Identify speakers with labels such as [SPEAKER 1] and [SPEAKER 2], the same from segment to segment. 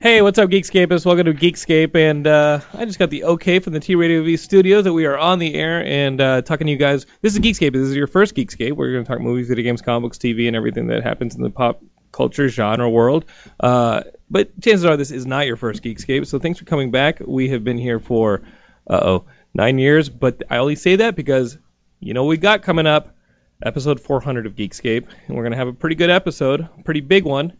[SPEAKER 1] Hey, what's up, Geekscapists? Welcome to Geekscape, and uh, I just got the okay from the T Radio V studio that we are on the air and uh, talking to you guys. This is Geekscape. This is your first Geekscape. We're going to talk movies, video games, comic books, TV, and everything that happens in the pop culture genre world. Uh, but chances are this is not your first Geekscape, so thanks for coming back. We have been here for, uh oh, nine years, but I only say that because you know what we got coming up episode 400 of Geekscape, and we're going to have a pretty good episode, pretty big one.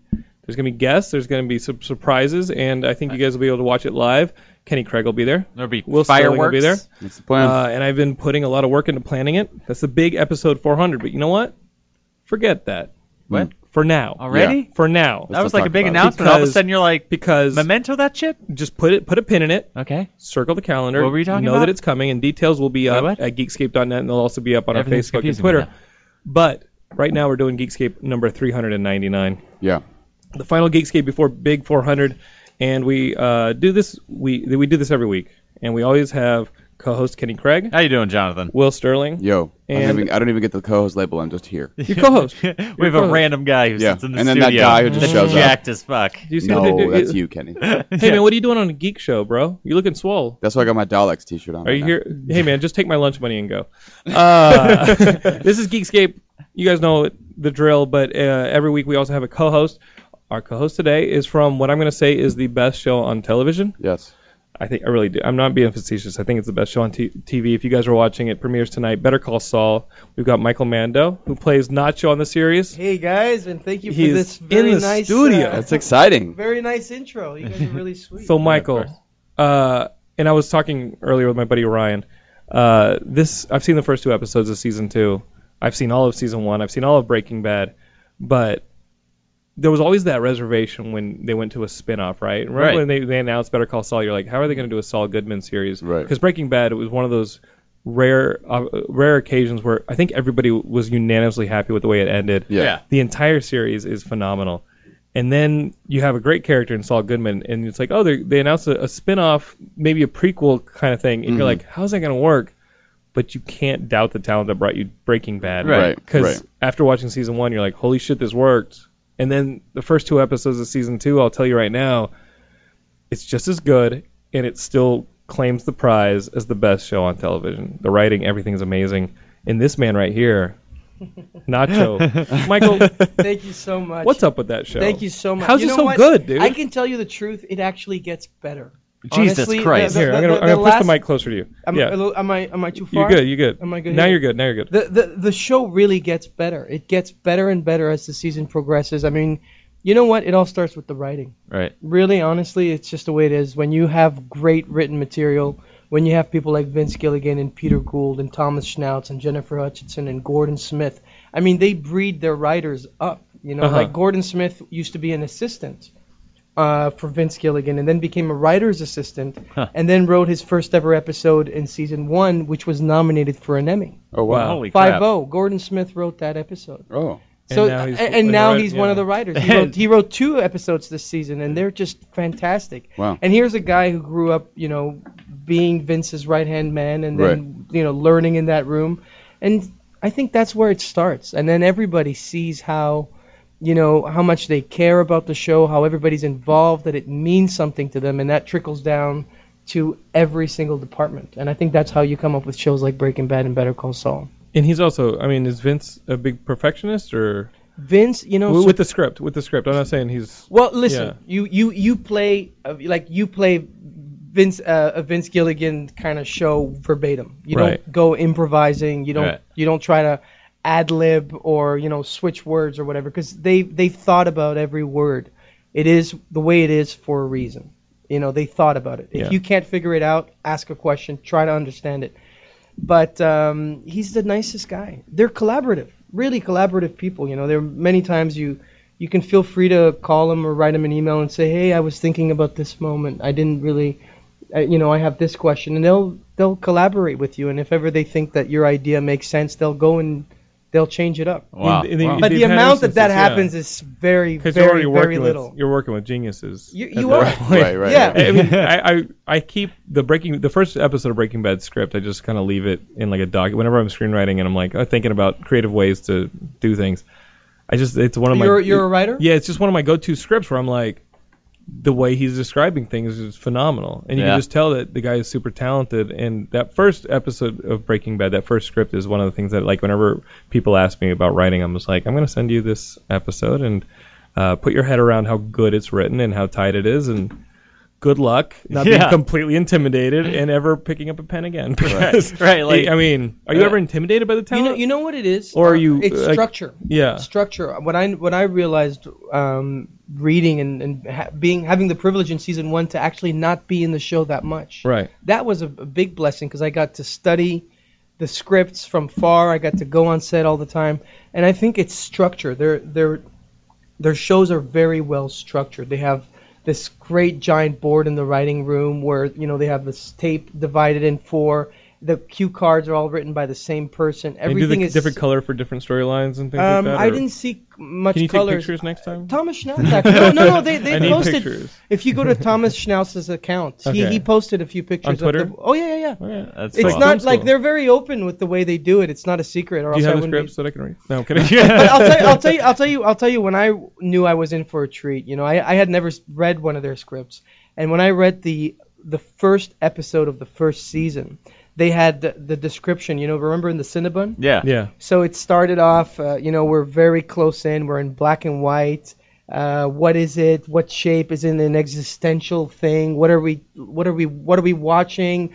[SPEAKER 1] There's going to be guests, there's going to be some surprises, and I think you guys will be able to watch it live. Kenny Craig will be there.
[SPEAKER 2] There'll be
[SPEAKER 1] Will Sterling
[SPEAKER 2] fireworks.
[SPEAKER 1] will be there.
[SPEAKER 3] That's the plan.
[SPEAKER 1] Uh, and I've been putting a lot of work into planning it. That's the big episode 400, but you know what? Forget that.
[SPEAKER 3] What?
[SPEAKER 1] For now.
[SPEAKER 2] Already?
[SPEAKER 3] Yeah.
[SPEAKER 1] For now.
[SPEAKER 3] Let's
[SPEAKER 2] That
[SPEAKER 3] just
[SPEAKER 2] was like a
[SPEAKER 3] talk
[SPEAKER 2] big
[SPEAKER 3] about it.
[SPEAKER 2] announcement. All of a
[SPEAKER 1] Because-
[SPEAKER 2] sudden, you're like,
[SPEAKER 1] Because
[SPEAKER 2] memento that shit?
[SPEAKER 1] just put it put a pin in it,
[SPEAKER 2] Okay.
[SPEAKER 1] circle the calendar.
[SPEAKER 2] What were you talking
[SPEAKER 1] know
[SPEAKER 2] about?
[SPEAKER 1] that it's coming, and details will be up
[SPEAKER 2] what?
[SPEAKER 1] at geekscape.net, and they'll also be up on our
[SPEAKER 2] Everything's
[SPEAKER 1] Facebook and
[SPEAKER 2] confusing me
[SPEAKER 1] Twitter.
[SPEAKER 2] now.
[SPEAKER 1] But right now we're doing Geekscape number 399.
[SPEAKER 3] yeah.
[SPEAKER 1] the final Geekscape before Big 400, and we uh, do this we we do this every week, and we always have co-host Kenny Craig,
[SPEAKER 2] How you doing, Jonathan?
[SPEAKER 1] Will Sterling,
[SPEAKER 3] Yo.
[SPEAKER 1] And-
[SPEAKER 3] I'm having, I don't even get the co-host label. I'm just here.
[SPEAKER 1] your co-host.
[SPEAKER 2] we
[SPEAKER 1] Your
[SPEAKER 2] have a
[SPEAKER 1] co-host.
[SPEAKER 2] random guy who
[SPEAKER 3] Yeah.
[SPEAKER 2] sits in the
[SPEAKER 3] And then that
[SPEAKER 2] studio.
[SPEAKER 3] guy who just
[SPEAKER 2] that's
[SPEAKER 3] shows up.
[SPEAKER 2] jacked as fuck.
[SPEAKER 1] Do you see what
[SPEAKER 3] No,
[SPEAKER 1] they do?
[SPEAKER 3] that's you, Kenny.
[SPEAKER 1] Hey man, what are you doing on a geek show, bro? You looking swole?
[SPEAKER 3] That's why I got my Daleks t-shirt on.
[SPEAKER 1] Are
[SPEAKER 3] right
[SPEAKER 1] you
[SPEAKER 3] now.
[SPEAKER 1] here? Hey man, just take my lunch money and go. Uh, this is Geekscape. You guys know the drill, but uh, every week we also have a co-host. Our co-host today is from what I'm going to say is the best show on television.
[SPEAKER 3] Yes.
[SPEAKER 1] I think I really do. I'm not being facetious. I think it's the best show on t- TV. If you guys are watching, it premieres tonight. Better Call Saul. We've got Michael Mando, who plays Nacho on the series.
[SPEAKER 4] Hey guys, and thank you for
[SPEAKER 1] He's
[SPEAKER 4] this
[SPEAKER 1] in
[SPEAKER 4] very
[SPEAKER 1] the
[SPEAKER 4] nice
[SPEAKER 1] studio.
[SPEAKER 4] uh,
[SPEAKER 3] That's exciting.
[SPEAKER 4] very nice intro. You guys are really sweet.
[SPEAKER 1] So Michael,
[SPEAKER 2] course.
[SPEAKER 1] uh, and I was talking earlier with my buddy Ryan. Uh, this I've seen the first two episodes of season two. I've seen all of season one. I've seen all of Breaking Bad, but there was always that reservation when they went to a spin-off, right? Remember
[SPEAKER 2] Right.
[SPEAKER 1] when they, they announced Better Call Saul? You're like, how are they going to do a Saul Goodman series?
[SPEAKER 3] Right.
[SPEAKER 1] Because Breaking Bad it was one of those rare uh, rare occasions where I think everybody was unanimously happy with the way it ended
[SPEAKER 3] Yeah.
[SPEAKER 2] Yeah.
[SPEAKER 1] the entire series is phenomenal. And then you have a great character in Saul Goodman, and it's like, oh, they they announced a, a spin-off, maybe a prequel kind of thing, and you're like,
[SPEAKER 2] Mm-hmm.
[SPEAKER 1] how's that gonna work? But you can't doubt the talent that brought you Breaking Bad,
[SPEAKER 2] Right,
[SPEAKER 1] Because
[SPEAKER 3] right.
[SPEAKER 1] after watching season one, you're like, holy shit, this worked. And then the first two episodes of season two, I'll tell you right now, it's just as good, and it still claims the prize as the best show on television. The writing, everything's amazing, and this man right here, Nacho, Michael.
[SPEAKER 4] thank you so much.
[SPEAKER 1] What's up with that show?
[SPEAKER 4] Thank you so much.
[SPEAKER 1] How's
[SPEAKER 4] You
[SPEAKER 1] it
[SPEAKER 4] know
[SPEAKER 1] so
[SPEAKER 4] what?
[SPEAKER 1] good, dude?
[SPEAKER 4] I can tell you the truth. It actually gets better.
[SPEAKER 2] Jesus
[SPEAKER 4] Honestly,
[SPEAKER 2] Christ.
[SPEAKER 4] the-
[SPEAKER 1] Here, I'm gonna,
[SPEAKER 4] the-
[SPEAKER 1] I'm gonna
[SPEAKER 4] the
[SPEAKER 1] push
[SPEAKER 4] last-
[SPEAKER 1] the mic closer to you.
[SPEAKER 4] Am,
[SPEAKER 1] yeah,
[SPEAKER 4] am I am I too
[SPEAKER 1] you're
[SPEAKER 4] far?
[SPEAKER 1] good. You're good.
[SPEAKER 4] Am I good
[SPEAKER 1] Now
[SPEAKER 4] here?
[SPEAKER 1] you're good. Now you're good.
[SPEAKER 4] The, the the show really gets better. It gets better and better as the season progresses. I mean, you know what? It all starts with the writing.
[SPEAKER 2] Right.
[SPEAKER 4] Really, honestly, it's just the way it is. When you have great written material, when you have people like Vince Gilligan and Peter Gould and Thomas Schnauz and Jennifer Hutchinson and Gordon Smith, I mean, they breed their writers up. You know,
[SPEAKER 1] Uh-huh.
[SPEAKER 4] like Gordon Smith used to be an assistant uh, for Vince Gilligan and then became a writer's assistant and then wrote his first ever episode in season one, which was nominated for an Emmy.
[SPEAKER 3] Oh wow.
[SPEAKER 2] Holy crap.
[SPEAKER 4] Five O. Gordon Smith wrote that episode.
[SPEAKER 3] Oh.
[SPEAKER 4] So
[SPEAKER 1] now
[SPEAKER 4] and
[SPEAKER 1] he's
[SPEAKER 4] now he's,
[SPEAKER 1] one of the writ-
[SPEAKER 4] one
[SPEAKER 1] yeah.
[SPEAKER 4] of the writers. He wrote, he wrote two episodes this season, and they're just fantastic.
[SPEAKER 3] Wow.
[SPEAKER 4] And here's a guy who grew up, you know, being Vince's right hand man, and then you know learning in that room, and I think that's where it starts. And then everybody sees how, you know, how much they care about the show, how everybody's involved, that it means something to them, and that trickles down to every single department. And I think that's how you come up with shows like Breaking Bad and Better Call Saul.
[SPEAKER 1] and he's also, I mean, is Vince a big perfectionist or
[SPEAKER 4] Vince, you know,
[SPEAKER 1] with,
[SPEAKER 4] so-
[SPEAKER 1] with the script? With the script, I'm not saying he's.
[SPEAKER 4] Well, listen,
[SPEAKER 1] Yeah.
[SPEAKER 4] you you you play uh, like you play Vince uh, a Vince Gilligan kind of show verbatim. You
[SPEAKER 1] Right.
[SPEAKER 4] don't go improvising. You don't
[SPEAKER 2] Right.
[SPEAKER 4] you don't try to ad lib or you know switch words or whatever because they they've thought about every word. It is the way it is for a reason. You know they thought about it. If
[SPEAKER 1] Yeah.
[SPEAKER 4] you can't figure it out, ask a question, try to understand it. But um, he's the nicest guy. They're collaborative, really collaborative people. You know, there are many times you you can feel free to call him or write him an email and say, hey, I was thinking about this moment. I didn't really, uh, you know, I have this question, and they'll they'll collaborate with you. And if ever they think that your idea makes sense, they'll go and they'll change it up.
[SPEAKER 2] Wow.
[SPEAKER 1] And- and they-
[SPEAKER 2] Wow.
[SPEAKER 1] they've
[SPEAKER 4] But the
[SPEAKER 1] had
[SPEAKER 4] amount that that
[SPEAKER 1] instances, yeah.
[SPEAKER 4] happens is very,
[SPEAKER 1] 'Cause
[SPEAKER 4] very,
[SPEAKER 1] you're already
[SPEAKER 4] very
[SPEAKER 1] working
[SPEAKER 4] little.
[SPEAKER 1] with you're working with geniuses.
[SPEAKER 4] You-
[SPEAKER 1] at
[SPEAKER 4] you
[SPEAKER 1] that
[SPEAKER 4] are.
[SPEAKER 1] point.
[SPEAKER 3] Right. Right.
[SPEAKER 4] Yeah.
[SPEAKER 3] right.
[SPEAKER 1] I mean, I, I I keep the breaking the first episode of Breaking Bad script. I just kind of leave it in like a doc. Whenever I'm screenwriting and I'm like uh, thinking about creative ways to do things, I just it's one of my
[SPEAKER 4] You're- you're a writer?
[SPEAKER 1] Yeah, it's just one of my go-to scripts where I'm like, the way he's describing things is phenomenal, and you
[SPEAKER 3] Yeah.
[SPEAKER 1] can just tell that the guy is super talented. And that first episode of Breaking Bad, that first script, is one of the things that like whenever people ask me about writing, I'm just like, I'm gonna send you this episode and uh, put your head around how good it's written and how tight it is, and good luck not
[SPEAKER 2] Yeah.
[SPEAKER 1] being completely intimidated and ever picking up a pen again. Because,
[SPEAKER 2] Right, like-
[SPEAKER 1] I mean, are you
[SPEAKER 2] Yeah.
[SPEAKER 1] ever intimidated by the
[SPEAKER 4] You
[SPEAKER 1] talent?
[SPEAKER 4] know, you know what it is.
[SPEAKER 1] Or
[SPEAKER 4] Uh,
[SPEAKER 1] you,
[SPEAKER 4] It's
[SPEAKER 1] like- uh,
[SPEAKER 4] structure.
[SPEAKER 1] yeah.
[SPEAKER 4] Structure. What I what I realized um, reading and, and ha- being having the privilege in season one to actually not be in the show that much.
[SPEAKER 1] Right.
[SPEAKER 4] That was a, a big blessing because I got to study the scripts from far. I got to go on set all the time, and I think it's structure. Their their their shows are very well structured. They have this great giant board in the writing room where you know they have this tape divided in four. The cue cards are all written by the same person.
[SPEAKER 1] And do
[SPEAKER 4] Everything
[SPEAKER 1] the
[SPEAKER 4] is
[SPEAKER 1] different color for different storylines and things like
[SPEAKER 4] um,
[SPEAKER 1] that.
[SPEAKER 4] I
[SPEAKER 1] or-
[SPEAKER 4] didn't see much
[SPEAKER 1] Can you
[SPEAKER 4] colors.
[SPEAKER 1] take pictures next time?
[SPEAKER 4] Thomas Schnauz. Actually. No, no, no. They, they
[SPEAKER 1] I need
[SPEAKER 4] posted.
[SPEAKER 1] pictures.
[SPEAKER 4] If you go to Thomas Schnauz's account, he,
[SPEAKER 1] Okay.
[SPEAKER 4] he posted a few pictures
[SPEAKER 1] On
[SPEAKER 4] of
[SPEAKER 1] Twitter?
[SPEAKER 4] the- oh yeah, yeah, yeah.
[SPEAKER 1] Alright.
[SPEAKER 2] That's
[SPEAKER 4] It's
[SPEAKER 2] cool.
[SPEAKER 4] not
[SPEAKER 1] That's
[SPEAKER 4] like
[SPEAKER 1] cool.
[SPEAKER 4] they're very open with the way they do it. It's not a secret, or
[SPEAKER 1] Do you
[SPEAKER 4] else I
[SPEAKER 1] have the
[SPEAKER 4] wouldn't.
[SPEAKER 1] scripts
[SPEAKER 4] Be.
[SPEAKER 1] that I can read? No, I'm kidding.
[SPEAKER 4] But I'll tell, you, I'll tell you, I'll tell you, I'll tell you. When I knew I was in for a treat, you know, I, I had never s- read one of their scripts, and when I read the the first episode of the first season, they had the, the description. You know, remember in the Cinnabon?
[SPEAKER 2] yeah.
[SPEAKER 1] Yeah.
[SPEAKER 4] So it started off, uh, you know, we're very close in. We're in black and white. Uh, what is it? What shape is it an existential thing? What are we? What are we? What are we watching?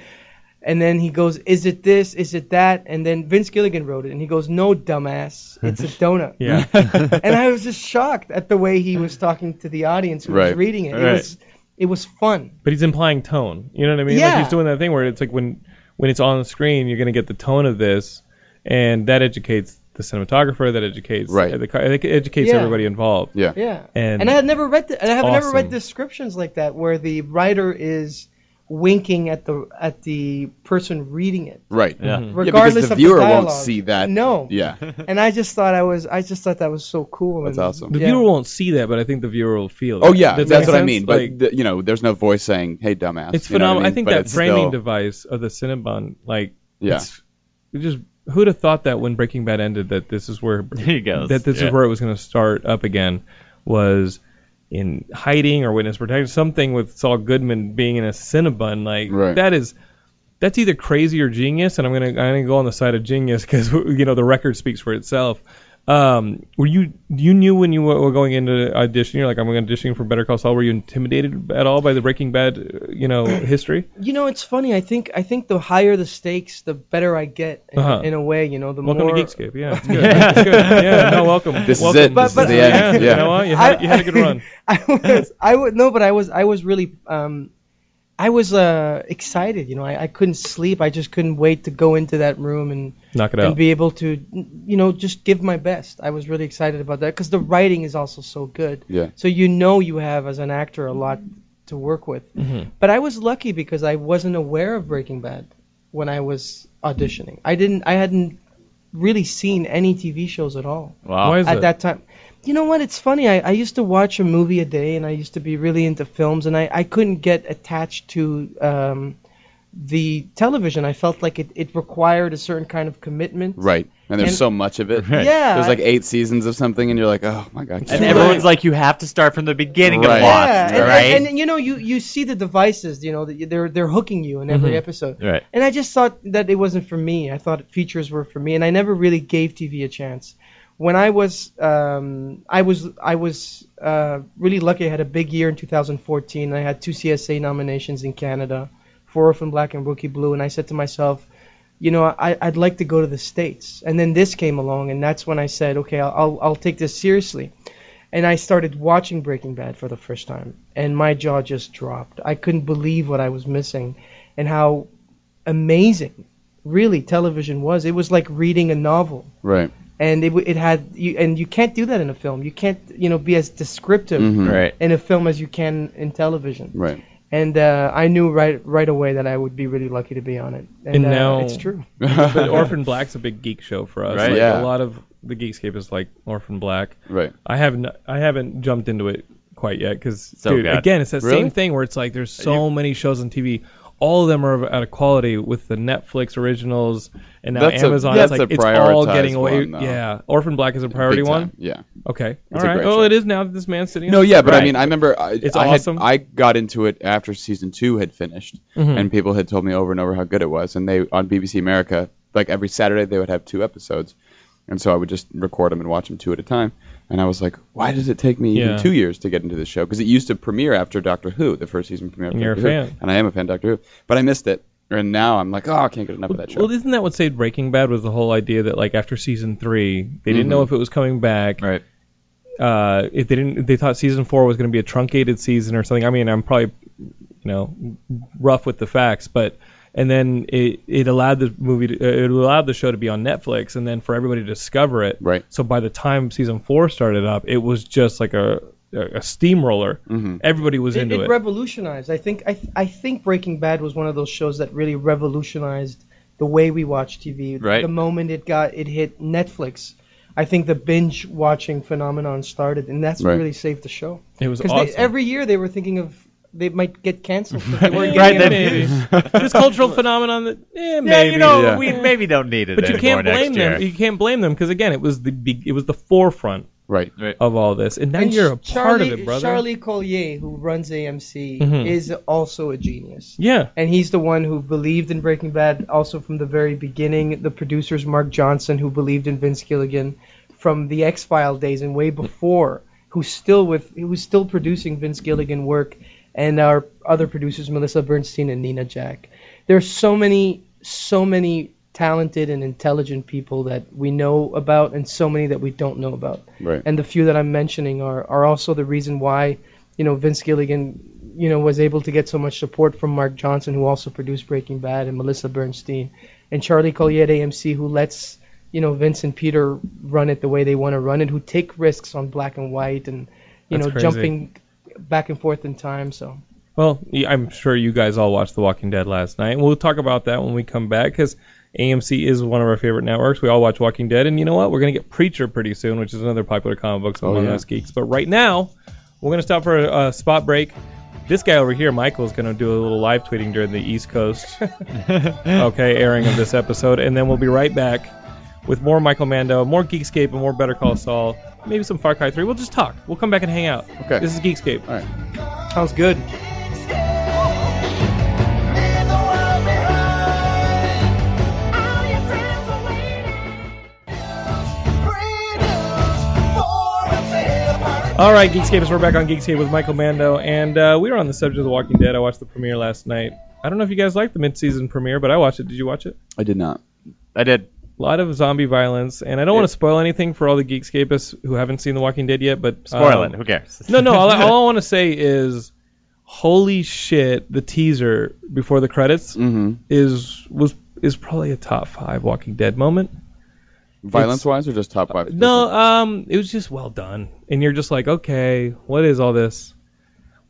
[SPEAKER 4] And then he goes, "Is it this? Is it that?" And then Vince Gilligan wrote it, and he goes, "No, dumbass, it's a donut."
[SPEAKER 1] Yeah.
[SPEAKER 4] and I was just shocked at the way he was talking to the audience who was
[SPEAKER 3] Right.
[SPEAKER 4] reading it. It
[SPEAKER 2] Right.
[SPEAKER 4] was, it was fun.
[SPEAKER 1] But he's implying tone. You know what I mean? Like
[SPEAKER 4] Yeah.
[SPEAKER 1] he's doing that thing where it's like when when it's on the screen, you're gonna get the tone of this, and that educates the cinematographer, that educates
[SPEAKER 3] Right.
[SPEAKER 1] the car, it educates
[SPEAKER 4] Yeah.
[SPEAKER 1] everybody involved.
[SPEAKER 3] Yeah.
[SPEAKER 4] Yeah.
[SPEAKER 1] And-
[SPEAKER 4] And, I had never read the, and I have never
[SPEAKER 1] Awesome.
[SPEAKER 4] read descriptions like that where the writer is winking at the at the person reading it.
[SPEAKER 3] Right.
[SPEAKER 2] Yeah.
[SPEAKER 3] Yeah,
[SPEAKER 4] Regardless
[SPEAKER 3] because the
[SPEAKER 4] of
[SPEAKER 3] viewer
[SPEAKER 4] dialogue.
[SPEAKER 3] won't see that.
[SPEAKER 4] No.
[SPEAKER 3] Yeah.
[SPEAKER 4] And I just thought I was I just thought that was so cool.
[SPEAKER 3] That's
[SPEAKER 4] and-
[SPEAKER 3] awesome.
[SPEAKER 1] The
[SPEAKER 4] yeah.
[SPEAKER 1] viewer won't see that, but I think the viewer will feel. it.
[SPEAKER 3] Oh yeah,
[SPEAKER 1] Does that
[SPEAKER 3] that's
[SPEAKER 1] make
[SPEAKER 3] what I
[SPEAKER 1] sense?
[SPEAKER 3] mean. But
[SPEAKER 1] Like,
[SPEAKER 3] the, you know, there's no voice saying, "Hey, dumbass."
[SPEAKER 1] it's
[SPEAKER 3] you know what
[SPEAKER 1] phenomenal. I,
[SPEAKER 3] mean?
[SPEAKER 1] think
[SPEAKER 3] But
[SPEAKER 1] that
[SPEAKER 3] it's
[SPEAKER 1] framing
[SPEAKER 3] still-
[SPEAKER 1] device of the Cinnabon, like,
[SPEAKER 3] Yeah.
[SPEAKER 1] it's, it just who'd have thought that when Breaking Bad ended that this is where
[SPEAKER 2] There you go.
[SPEAKER 1] that this
[SPEAKER 2] Yeah.
[SPEAKER 1] is where it was going to start up again was in hiding or witness protection something with Saul Goodman being in a Cinnabon like
[SPEAKER 3] Right.
[SPEAKER 1] that is that's either crazy or genius and I'm gonna I'm gonna go on the side of genius because you know the record speaks for itself. Um, were you you knew when you were were going into audition you're like I'm going to audition for Better Call Saul were you intimidated at all by the Breaking Bad uh, you know history?
[SPEAKER 4] You know, it's funny. I think I think the higher the stakes, the better I get in,
[SPEAKER 1] Uh-huh.
[SPEAKER 4] in a way. You know, the
[SPEAKER 1] Welcome
[SPEAKER 4] more.
[SPEAKER 1] to Geekscape yeah it's good, It's good. yeah no welcome
[SPEAKER 3] This is
[SPEAKER 1] welcome.
[SPEAKER 3] it. This
[SPEAKER 4] But-
[SPEAKER 3] is
[SPEAKER 4] but-
[SPEAKER 3] the end.
[SPEAKER 1] you
[SPEAKER 3] Yeah.
[SPEAKER 1] know what you had, you had a good run.
[SPEAKER 4] I was, I was no, but I was, I was really, um, I was uh, excited. You know, I, I couldn't sleep. I just couldn't wait to go into that room and
[SPEAKER 1] Knock it
[SPEAKER 4] and
[SPEAKER 1] out.
[SPEAKER 4] be able to, you know, just give my best. I was really excited about that because the writing is also so good.
[SPEAKER 3] Yeah.
[SPEAKER 4] So you know you have as an actor a lot to work with.
[SPEAKER 1] Mm-hmm.
[SPEAKER 4] But I was lucky because I wasn't aware of Breaking Bad when I was auditioning. I didn't. I hadn't really seen any TV shows at all
[SPEAKER 2] Wow.
[SPEAKER 1] Why is
[SPEAKER 4] at
[SPEAKER 1] it?
[SPEAKER 4] that time. You know what? It's funny. I, I used to watch a movie a day, and I used to be really into films, and I, I couldn't get attached to um, the television. I felt like it, it required a certain kind of commitment.
[SPEAKER 3] Right. And there's
[SPEAKER 4] And-
[SPEAKER 3] so much of it.
[SPEAKER 4] Yeah,
[SPEAKER 3] There's like
[SPEAKER 4] I-
[SPEAKER 3] eight seasons of something, and you're like, "Oh my god."
[SPEAKER 2] and
[SPEAKER 3] can't-
[SPEAKER 2] everyone's like, you have to start from the beginning
[SPEAKER 3] Right.
[SPEAKER 2] of Lost,
[SPEAKER 4] Yeah, and,
[SPEAKER 2] right?
[SPEAKER 4] and, and you know, you, you see the devices. You know, that you- they're they're hooking you in every episode.
[SPEAKER 2] Mm-hmm. Right.
[SPEAKER 4] And I just thought that it wasn't for me. I thought features were for me, and I never really gave TV a chance. When I was, um, I was, I was uh, really lucky. I had a big year in 2014. I had two CSA nominations in Canada, four from Black and Rookie Blue, and I said to myself, you know, I, I'd like to go to the states. And then this came along, and that's when I said, okay, I'll, I'll, I'll take this seriously. And I started watching Breaking Bad for the first time, and my jaw just dropped. I couldn't believe what I was missing, and how amazing, really, television was. It was like reading a novel,
[SPEAKER 3] Right.
[SPEAKER 4] and it, w- it had you, and you can't do that in a film. You can't, you know, be as descriptive
[SPEAKER 2] Right.
[SPEAKER 4] in a film as you can in television.
[SPEAKER 3] Right.
[SPEAKER 4] And uh, I knew right right away that I would be really lucky to be on it. And,
[SPEAKER 1] And
[SPEAKER 4] uh,
[SPEAKER 1] now-
[SPEAKER 4] it's true.
[SPEAKER 1] but Orphan Black's a big geek show for us.
[SPEAKER 2] Right.
[SPEAKER 1] Like,
[SPEAKER 3] Yeah.
[SPEAKER 1] A lot of the Geekscape is like Orphan Black.
[SPEAKER 3] Right.
[SPEAKER 1] I haven't I haven't jumped into it quite yet because
[SPEAKER 2] So
[SPEAKER 1] dude,
[SPEAKER 2] good.
[SPEAKER 1] again, it's that
[SPEAKER 3] Really?
[SPEAKER 1] same thing where it's like there's so many shows on TV. all of them are at a quality with the Netflix originals and now
[SPEAKER 3] That's a-
[SPEAKER 1] Amazon.
[SPEAKER 3] that's
[SPEAKER 1] it's like
[SPEAKER 3] a
[SPEAKER 1] it's all
[SPEAKER 3] prioritized
[SPEAKER 1] getting away.
[SPEAKER 3] one, though.
[SPEAKER 1] yeah, Orphan Black is a priority
[SPEAKER 3] Big time.
[SPEAKER 1] one.
[SPEAKER 3] Yeah.
[SPEAKER 1] Okay,
[SPEAKER 3] It's
[SPEAKER 1] all
[SPEAKER 3] a
[SPEAKER 1] right.
[SPEAKER 3] great
[SPEAKER 1] Oh,
[SPEAKER 3] show.
[SPEAKER 1] it is now that this man's sitting.
[SPEAKER 3] No,
[SPEAKER 1] on it.
[SPEAKER 3] yeah, but
[SPEAKER 1] Right.
[SPEAKER 3] I mean, I remember I,
[SPEAKER 1] It's
[SPEAKER 3] I had-
[SPEAKER 1] awesome. Mm-hmm.
[SPEAKER 3] I got into it after season two had finished, and people had told me over and over how good it was. And they on BBC America, like every Saturday, they would have two episodes, and so I would just record them and watch them two at a time. And I was like, why does it take me even
[SPEAKER 1] Yeah.
[SPEAKER 3] two years to get into this show? Because it used to premiere after Doctor Who, the first season premiere. of
[SPEAKER 1] And you're a
[SPEAKER 3] Doctor Who,
[SPEAKER 1] fan.
[SPEAKER 3] and I am a fan of Doctor Who, but I missed it. And now I'm like, oh, I can't get enough of that show.
[SPEAKER 1] Well, isn't that what saved Breaking Bad was the whole idea that like after season three they didn't know if it was coming back.
[SPEAKER 3] Mm-hmm. right.
[SPEAKER 1] Uh, if they didn't, they thought season four was going to be a truncated season or something. I mean, I'm probably, you know, rough with the facts, but and then it, it allowed the movie to, uh, it allowed the show to be on Netflix and then for everybody to discover it.
[SPEAKER 3] Right.
[SPEAKER 1] So by the time season four started up, it was just like a a steamroller.
[SPEAKER 3] Mm-hmm.
[SPEAKER 1] Everybody was
[SPEAKER 4] It,
[SPEAKER 1] into
[SPEAKER 4] it
[SPEAKER 1] it.
[SPEAKER 4] revolutionized. I think I, th- I think Breaking Bad was one of those shows that really revolutionized the way we watch TV.
[SPEAKER 3] Right.
[SPEAKER 4] The moment it got it hit Netflix, I think the binge watching phenomenon started, and that's what
[SPEAKER 3] Right.
[SPEAKER 4] really saved the show.
[SPEAKER 1] It was
[SPEAKER 4] Because
[SPEAKER 1] awesome.
[SPEAKER 4] every year they were thinking of they might get canceled. 'cause They weren't
[SPEAKER 2] Right,
[SPEAKER 4] getting
[SPEAKER 2] they
[SPEAKER 4] enough
[SPEAKER 2] did.
[SPEAKER 4] views.
[SPEAKER 1] this cultural phenomenon that eh, maybe
[SPEAKER 2] Yeah, you know,
[SPEAKER 3] Yeah.
[SPEAKER 2] we maybe don't need it
[SPEAKER 1] But you
[SPEAKER 2] anymore
[SPEAKER 1] can't blame
[SPEAKER 2] next year.
[SPEAKER 1] them. You can't blame them because again, it was the be- it was the forefront
[SPEAKER 3] Right.
[SPEAKER 1] of all this, and now
[SPEAKER 4] And
[SPEAKER 1] you're a part
[SPEAKER 4] Charlie,
[SPEAKER 1] of it, brother.
[SPEAKER 4] Charlie Collier, who runs AMC,
[SPEAKER 1] Mhm.
[SPEAKER 4] is also a genius.
[SPEAKER 1] Yeah,
[SPEAKER 4] and he's the one who believed in Breaking Bad also from the very beginning. The producers, Mark Johnson, who believed in Vince Gilligan from the X File days and way before, who's still with, who's still producing Vince Gilligan work, and our other producers, Melissa Bernstein and Nina Jack. There's so many, so many talented and intelligent people that we know about, and so many that we don't know about.
[SPEAKER 3] Right.
[SPEAKER 4] And the few that I'm mentioning are are also the reason why you know Vince Gilligan you know was able to get so much support from Mark Johnson who also produced Breaking Bad and Melissa Bernstein and Charlie Collier at AMC who lets you know Vince and Peter run it the way they want to run it who take risks on black and white and you
[SPEAKER 1] That's
[SPEAKER 4] know
[SPEAKER 1] crazy.
[SPEAKER 4] jumping back and forth in time so
[SPEAKER 1] well, y- I'm sure you guys all watched The Walking Dead last night. We'll talk about that when we come back because AMC is one of our favorite networks. We all watch Walking Dead, and you know what? We're gonna get Preacher pretty soon, which is another popular comic book among
[SPEAKER 3] Oh, yeah.
[SPEAKER 1] us geeks. But right now, we're gonna stop for a, a spot break. This guy over here, Michael, is going to do a little live tweeting during the East Coast, okay, airing of this episode, and then we'll be right back with more Michael Mando, more Geekscape, and more Better Call Saul. Maybe some Far Cry 3. We'll just talk. We'll come back and hang out.
[SPEAKER 3] Okay.
[SPEAKER 1] This is Geekscape.
[SPEAKER 3] All right.
[SPEAKER 4] sounds good
[SPEAKER 1] All right, Geekscapers, we're back on Geekscape with Michael Mando, and uh, we were on the subject of The Walking Dead. I watched the premiere last night. I don't know if you guys liked the mid-season premiere, but I watched it. Did you watch it?
[SPEAKER 3] I did not.
[SPEAKER 2] I did.
[SPEAKER 1] A lot of zombie violence, and I don't want to spoil anything for all the Geekscapists who haven't seen The Walking Dead yet, but
[SPEAKER 2] Spoil
[SPEAKER 1] um,
[SPEAKER 2] it. Who cares?
[SPEAKER 1] No, no. All, I- all I want to say is, holy shit! The teaser before the credits
[SPEAKER 3] hmm
[SPEAKER 1] is was is probably a top five Walking Dead moment.
[SPEAKER 3] Violence wise or just top five?
[SPEAKER 1] No, um, it was just well done, and you're just like, okay, what is all this?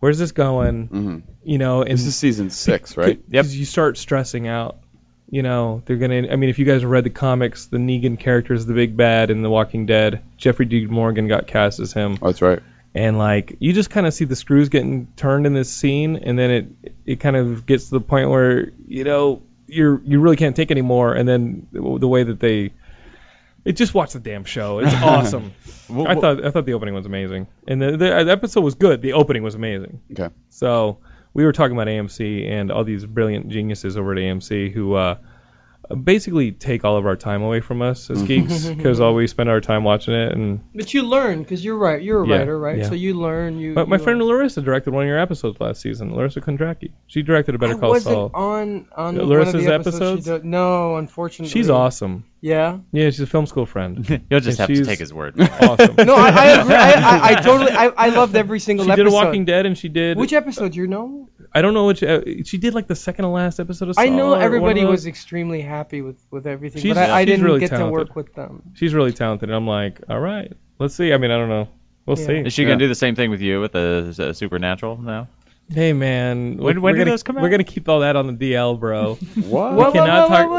[SPEAKER 1] Where's this going?
[SPEAKER 3] Mhm.
[SPEAKER 1] You know, and
[SPEAKER 3] This is season six, right?
[SPEAKER 1] Because you start stressing out. You know, they're gonna. I mean, if you guys read the comics, the Negan character is the big bad in The Walking Dead. Jeffrey D. Morgan got cast as him.
[SPEAKER 3] Oh, that's right.
[SPEAKER 1] and like you just kind of see the screws getting turned in this scene and then it it kind of gets to the point where you know you're you really can't take anymore and then the the way that they it just watch the damn show it's awesome i thought i thought the opening was amazing and the, the the episode was good the opening was amazing
[SPEAKER 3] Okay.
[SPEAKER 1] so we were talking about AMC and all these brilliant geniuses over at AMC who uh, basically take all of our time away from us as geeks because all we spend our time watching it and
[SPEAKER 4] but you learn because you're right you're a
[SPEAKER 1] Yeah,
[SPEAKER 4] writer right
[SPEAKER 1] yeah.
[SPEAKER 4] so you learn you
[SPEAKER 1] But my
[SPEAKER 4] you
[SPEAKER 1] friend
[SPEAKER 4] learn.
[SPEAKER 1] Larissa directed one of your episodes last season. Larissa Kondracki. She directed a Better
[SPEAKER 4] I
[SPEAKER 1] Call
[SPEAKER 4] wasn't
[SPEAKER 1] Saul.
[SPEAKER 4] on on one of
[SPEAKER 1] Larissa's
[SPEAKER 4] the episodes, she
[SPEAKER 1] episodes?
[SPEAKER 4] did- no unfortunately
[SPEAKER 1] She's awesome.
[SPEAKER 4] yeah
[SPEAKER 1] Yeah, she's a film school friend.
[SPEAKER 2] You'll just
[SPEAKER 1] And
[SPEAKER 2] have to
[SPEAKER 1] she's
[SPEAKER 2] take his word.
[SPEAKER 1] awesome.
[SPEAKER 4] No, I, I agree. I, I, I totally. I, I loved every single
[SPEAKER 1] she
[SPEAKER 4] episode.
[SPEAKER 1] did a Walking Dead, and she did.
[SPEAKER 4] Which episode? You know?
[SPEAKER 1] I don't know which. Uh, she did like the second to last episode of Saul.
[SPEAKER 4] I know
[SPEAKER 1] or
[SPEAKER 4] everybody
[SPEAKER 1] one of
[SPEAKER 4] was
[SPEAKER 1] those.
[SPEAKER 4] extremely happy with with everything,
[SPEAKER 1] She's-
[SPEAKER 4] but I, I
[SPEAKER 1] she's
[SPEAKER 4] didn't
[SPEAKER 1] really
[SPEAKER 4] get
[SPEAKER 1] talented.
[SPEAKER 4] to work with them.
[SPEAKER 1] She's really talented, and I'm like, all right, let's see. I mean, I don't know. We'll
[SPEAKER 4] Yeah.
[SPEAKER 1] see.
[SPEAKER 2] Is she
[SPEAKER 3] Yeah.
[SPEAKER 2] gonna do the same thing with you with the uh, supernatural now?
[SPEAKER 1] Hey man,
[SPEAKER 2] When-
[SPEAKER 1] we're
[SPEAKER 2] when do
[SPEAKER 1] gonna-
[SPEAKER 2] those come out?
[SPEAKER 1] We're gonna keep all that on the DL, bro.
[SPEAKER 3] What?
[SPEAKER 1] cannot talk-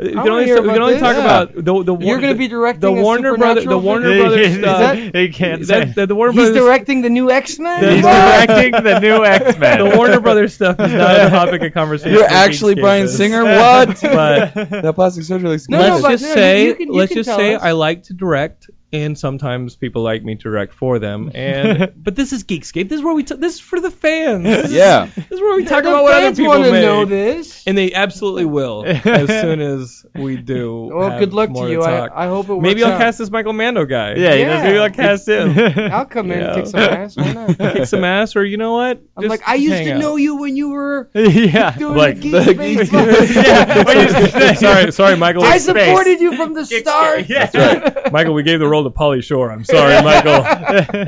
[SPEAKER 1] We
[SPEAKER 4] I
[SPEAKER 1] can
[SPEAKER 4] wanna
[SPEAKER 1] only,
[SPEAKER 4] hear
[SPEAKER 1] we can
[SPEAKER 4] about
[SPEAKER 1] only
[SPEAKER 4] this.
[SPEAKER 1] talk
[SPEAKER 4] Yeah.
[SPEAKER 1] about the, the War-
[SPEAKER 4] You're gonna
[SPEAKER 1] the-
[SPEAKER 4] be directing
[SPEAKER 1] the
[SPEAKER 4] a
[SPEAKER 1] Warner Brothers the
[SPEAKER 4] supernatural
[SPEAKER 1] Warner
[SPEAKER 4] film?
[SPEAKER 1] Brothers
[SPEAKER 2] Is
[SPEAKER 1] uh,
[SPEAKER 4] that-
[SPEAKER 2] he can't
[SPEAKER 1] that-
[SPEAKER 2] say.
[SPEAKER 1] that the Warner
[SPEAKER 4] He's
[SPEAKER 1] Brothers
[SPEAKER 4] directing the new X Men.
[SPEAKER 1] The-
[SPEAKER 2] He's directing the new X Men.
[SPEAKER 1] the Warner Brothers stuff is not a topic of conversation.
[SPEAKER 3] You're
[SPEAKER 1] for
[SPEAKER 3] actually
[SPEAKER 1] Geekscape
[SPEAKER 3] Brian
[SPEAKER 1] is.
[SPEAKER 3] Singer? What?
[SPEAKER 1] But
[SPEAKER 3] that plastic surgery looks
[SPEAKER 4] No,
[SPEAKER 3] good.
[SPEAKER 1] let's
[SPEAKER 4] but-
[SPEAKER 1] just
[SPEAKER 4] no, you-
[SPEAKER 1] say
[SPEAKER 4] you can- you
[SPEAKER 1] let's
[SPEAKER 4] can
[SPEAKER 1] just
[SPEAKER 4] tell
[SPEAKER 1] say
[SPEAKER 4] us.
[SPEAKER 1] I like to direct, and sometimes people like me to direct for them. And but this is Geekscape. This is where we t- this is for the fans. This is-
[SPEAKER 3] Yeah.
[SPEAKER 1] this is where we talk
[SPEAKER 4] the
[SPEAKER 1] about what other
[SPEAKER 4] fans
[SPEAKER 1] people
[SPEAKER 4] want to
[SPEAKER 1] make.
[SPEAKER 4] know this.
[SPEAKER 1] And they absolutely will as soon as we do.
[SPEAKER 4] well,
[SPEAKER 1] have
[SPEAKER 4] Oh, good luck
[SPEAKER 1] more
[SPEAKER 4] to you.
[SPEAKER 1] talk.
[SPEAKER 4] I, I hope it works
[SPEAKER 1] Maybe I'll
[SPEAKER 4] out.
[SPEAKER 1] cast this Michael Mando guy.
[SPEAKER 2] yeah, you know,
[SPEAKER 4] Yeah.
[SPEAKER 2] maybe I'll cast him.
[SPEAKER 4] I'll come in
[SPEAKER 1] Yeah.
[SPEAKER 4] and kick some ass. Why not? I'm
[SPEAKER 1] Kick some ass, or you know what? Just
[SPEAKER 4] like, I used
[SPEAKER 1] hang
[SPEAKER 4] to
[SPEAKER 1] out.
[SPEAKER 4] know you when you were
[SPEAKER 2] yeah,
[SPEAKER 4] doing
[SPEAKER 2] like
[SPEAKER 4] the geek face.
[SPEAKER 2] yeah. what you just said.
[SPEAKER 1] sorry, sorry, Michael.
[SPEAKER 4] I
[SPEAKER 2] Geek Space.
[SPEAKER 4] supported you from the start.
[SPEAKER 2] Yeah.
[SPEAKER 1] Michael, we gave the role to Polly Shore. I'm sorry, Michael.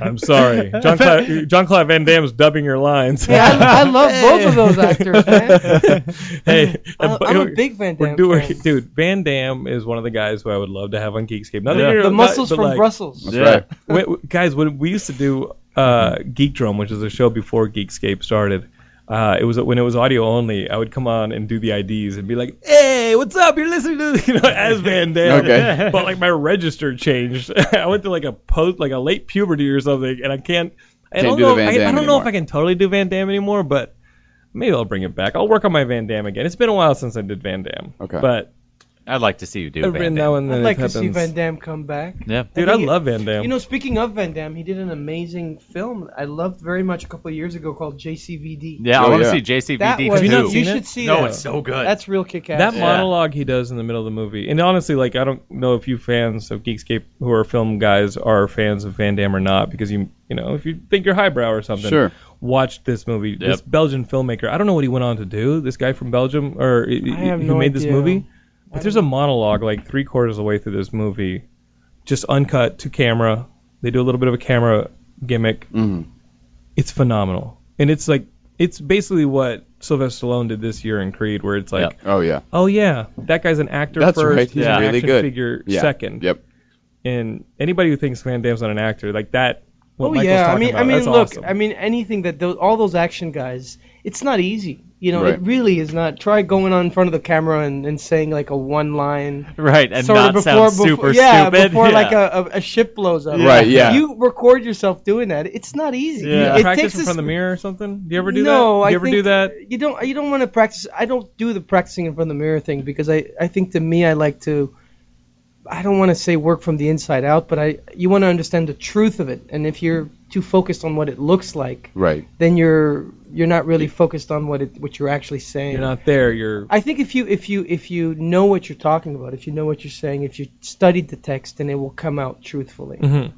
[SPEAKER 1] I'm sorry. John Clive, John Clive Van Damme's dubbing your lines.
[SPEAKER 4] Yeah, I, I love both of those actors, man.
[SPEAKER 1] hey,
[SPEAKER 4] I'm,
[SPEAKER 1] but-
[SPEAKER 4] I'm a big Van
[SPEAKER 1] we're
[SPEAKER 4] Damme
[SPEAKER 1] doing,
[SPEAKER 4] fan.
[SPEAKER 1] dude. Van Damme is one of the guys who I would love to have on Geekscape. Not that
[SPEAKER 2] Yeah.
[SPEAKER 1] you're-
[SPEAKER 4] The
[SPEAKER 1] not-
[SPEAKER 4] muscles
[SPEAKER 1] but
[SPEAKER 4] from
[SPEAKER 1] like,
[SPEAKER 4] Brussels.
[SPEAKER 3] That's right.
[SPEAKER 1] we- we- guys, when we used to do uh, Geek Drum, which is a show before Geekscape started, uh, it was when it was audio only. I would come on and do the IDs and be like, "Hey, what's up? You're listening to you know as Van Damme."
[SPEAKER 3] Okay.
[SPEAKER 1] But like my register changed. I went to like a post, like a late puberty or something, and I can't. I
[SPEAKER 3] Can't
[SPEAKER 1] don't
[SPEAKER 3] do the
[SPEAKER 1] know.
[SPEAKER 3] Van
[SPEAKER 1] I, I don't
[SPEAKER 3] Damme
[SPEAKER 1] know if
[SPEAKER 3] anymore.
[SPEAKER 1] I can totally do Van Damme anymore, but maybe I'll bring it back. I'll work on my Van Damme again. It's been a while since I did Van Damme.
[SPEAKER 3] Okay.
[SPEAKER 1] But
[SPEAKER 2] I'd like to see you do
[SPEAKER 1] every
[SPEAKER 2] Van
[SPEAKER 1] now
[SPEAKER 2] Damme.
[SPEAKER 1] and then
[SPEAKER 4] I'd like
[SPEAKER 1] it
[SPEAKER 4] to
[SPEAKER 1] happens.
[SPEAKER 4] see Van Damme come back.
[SPEAKER 2] Yeah.
[SPEAKER 1] Dude,
[SPEAKER 4] I
[SPEAKER 1] I
[SPEAKER 4] think it-
[SPEAKER 1] love Van Damme.
[SPEAKER 4] You know, speaking of Van Damme, he did an amazing film I loved very much a couple of years ago called JCVD.
[SPEAKER 2] Yeah, I
[SPEAKER 3] Oh,
[SPEAKER 2] want to
[SPEAKER 3] yeah.
[SPEAKER 2] see JCVD
[SPEAKER 4] That
[SPEAKER 2] too.
[SPEAKER 4] was,
[SPEAKER 1] you not
[SPEAKER 4] you
[SPEAKER 1] seen
[SPEAKER 4] should
[SPEAKER 1] it?
[SPEAKER 4] see
[SPEAKER 2] no,
[SPEAKER 4] that.
[SPEAKER 2] it's so good.
[SPEAKER 4] That's real kick ass.
[SPEAKER 1] That
[SPEAKER 2] Yeah.
[SPEAKER 1] monologue he does in the middle of the movie, and honestly, like I don't know if you fans of Geekscape who are film guys are fans of Van Damme or not, because you you know if you think you're highbrow or something,
[SPEAKER 3] Sure.
[SPEAKER 1] watch this movie. This Belgian filmmaker, I don't know what he went on to do. This guy from Belgium, or i- i-
[SPEAKER 4] have
[SPEAKER 1] who
[SPEAKER 4] no
[SPEAKER 1] made this
[SPEAKER 4] idea.
[SPEAKER 1] movie, but there's a monologue like three quarters of the way through this movie, just uncut to camera. They do a little bit of a camera gimmick.
[SPEAKER 3] Mm-hmm.
[SPEAKER 1] It's phenomenal, and it's like it's basically what Sylvester Stallone did this year in Creed, where it's like.
[SPEAKER 2] Yeah.
[SPEAKER 3] Oh yeah.
[SPEAKER 1] Oh yeah, that guy's an actor
[SPEAKER 3] That's
[SPEAKER 1] first.
[SPEAKER 3] right. He's
[SPEAKER 1] an
[SPEAKER 3] really
[SPEAKER 1] action
[SPEAKER 3] good.
[SPEAKER 1] Figure
[SPEAKER 3] Yeah.
[SPEAKER 1] second.
[SPEAKER 3] Yep.
[SPEAKER 1] And anybody who thinks Van Damme's not an actor, like that. What
[SPEAKER 4] oh
[SPEAKER 1] Michael's
[SPEAKER 4] yeah, I
[SPEAKER 1] talking
[SPEAKER 4] mean,
[SPEAKER 1] about,
[SPEAKER 4] I mean,
[SPEAKER 1] that's
[SPEAKER 4] look,
[SPEAKER 1] awesome.
[SPEAKER 4] I mean, anything that those, all those action guys, it's not easy. You know, it
[SPEAKER 3] Right.
[SPEAKER 4] really is not. Try going on in front of the camera and, and saying like a one line.
[SPEAKER 2] right, and
[SPEAKER 4] sort
[SPEAKER 2] not
[SPEAKER 4] of before,
[SPEAKER 2] sound
[SPEAKER 4] before,
[SPEAKER 2] super
[SPEAKER 4] yeah,
[SPEAKER 2] stupid.
[SPEAKER 4] before
[SPEAKER 2] yeah.
[SPEAKER 4] like a, a, a ship blows up.
[SPEAKER 3] Right, yeah.
[SPEAKER 4] You record yourself doing that. It's not easy.
[SPEAKER 2] Yeah.
[SPEAKER 4] It
[SPEAKER 1] practice
[SPEAKER 4] takes
[SPEAKER 1] in
[SPEAKER 4] us-
[SPEAKER 1] front of the mirror or something. Do you ever do that?
[SPEAKER 4] no,
[SPEAKER 1] Do you
[SPEAKER 4] I
[SPEAKER 1] ever
[SPEAKER 4] think
[SPEAKER 1] do that?
[SPEAKER 4] You don't. You don't want to practice. I don't do the practicing in front of the mirror thing because I, I think to me I like to. I don't want to say work from the inside out, but I you want to understand the truth of it, and if you're too focused on what it looks like,
[SPEAKER 3] Right.
[SPEAKER 4] then you're you're not really focused on what it what you're actually saying.
[SPEAKER 1] You're not there. You're.
[SPEAKER 4] I think if you if you if you know what you're talking about, if you know what you're saying, if you studied the text, then it will come out truthfully.
[SPEAKER 1] Mhm.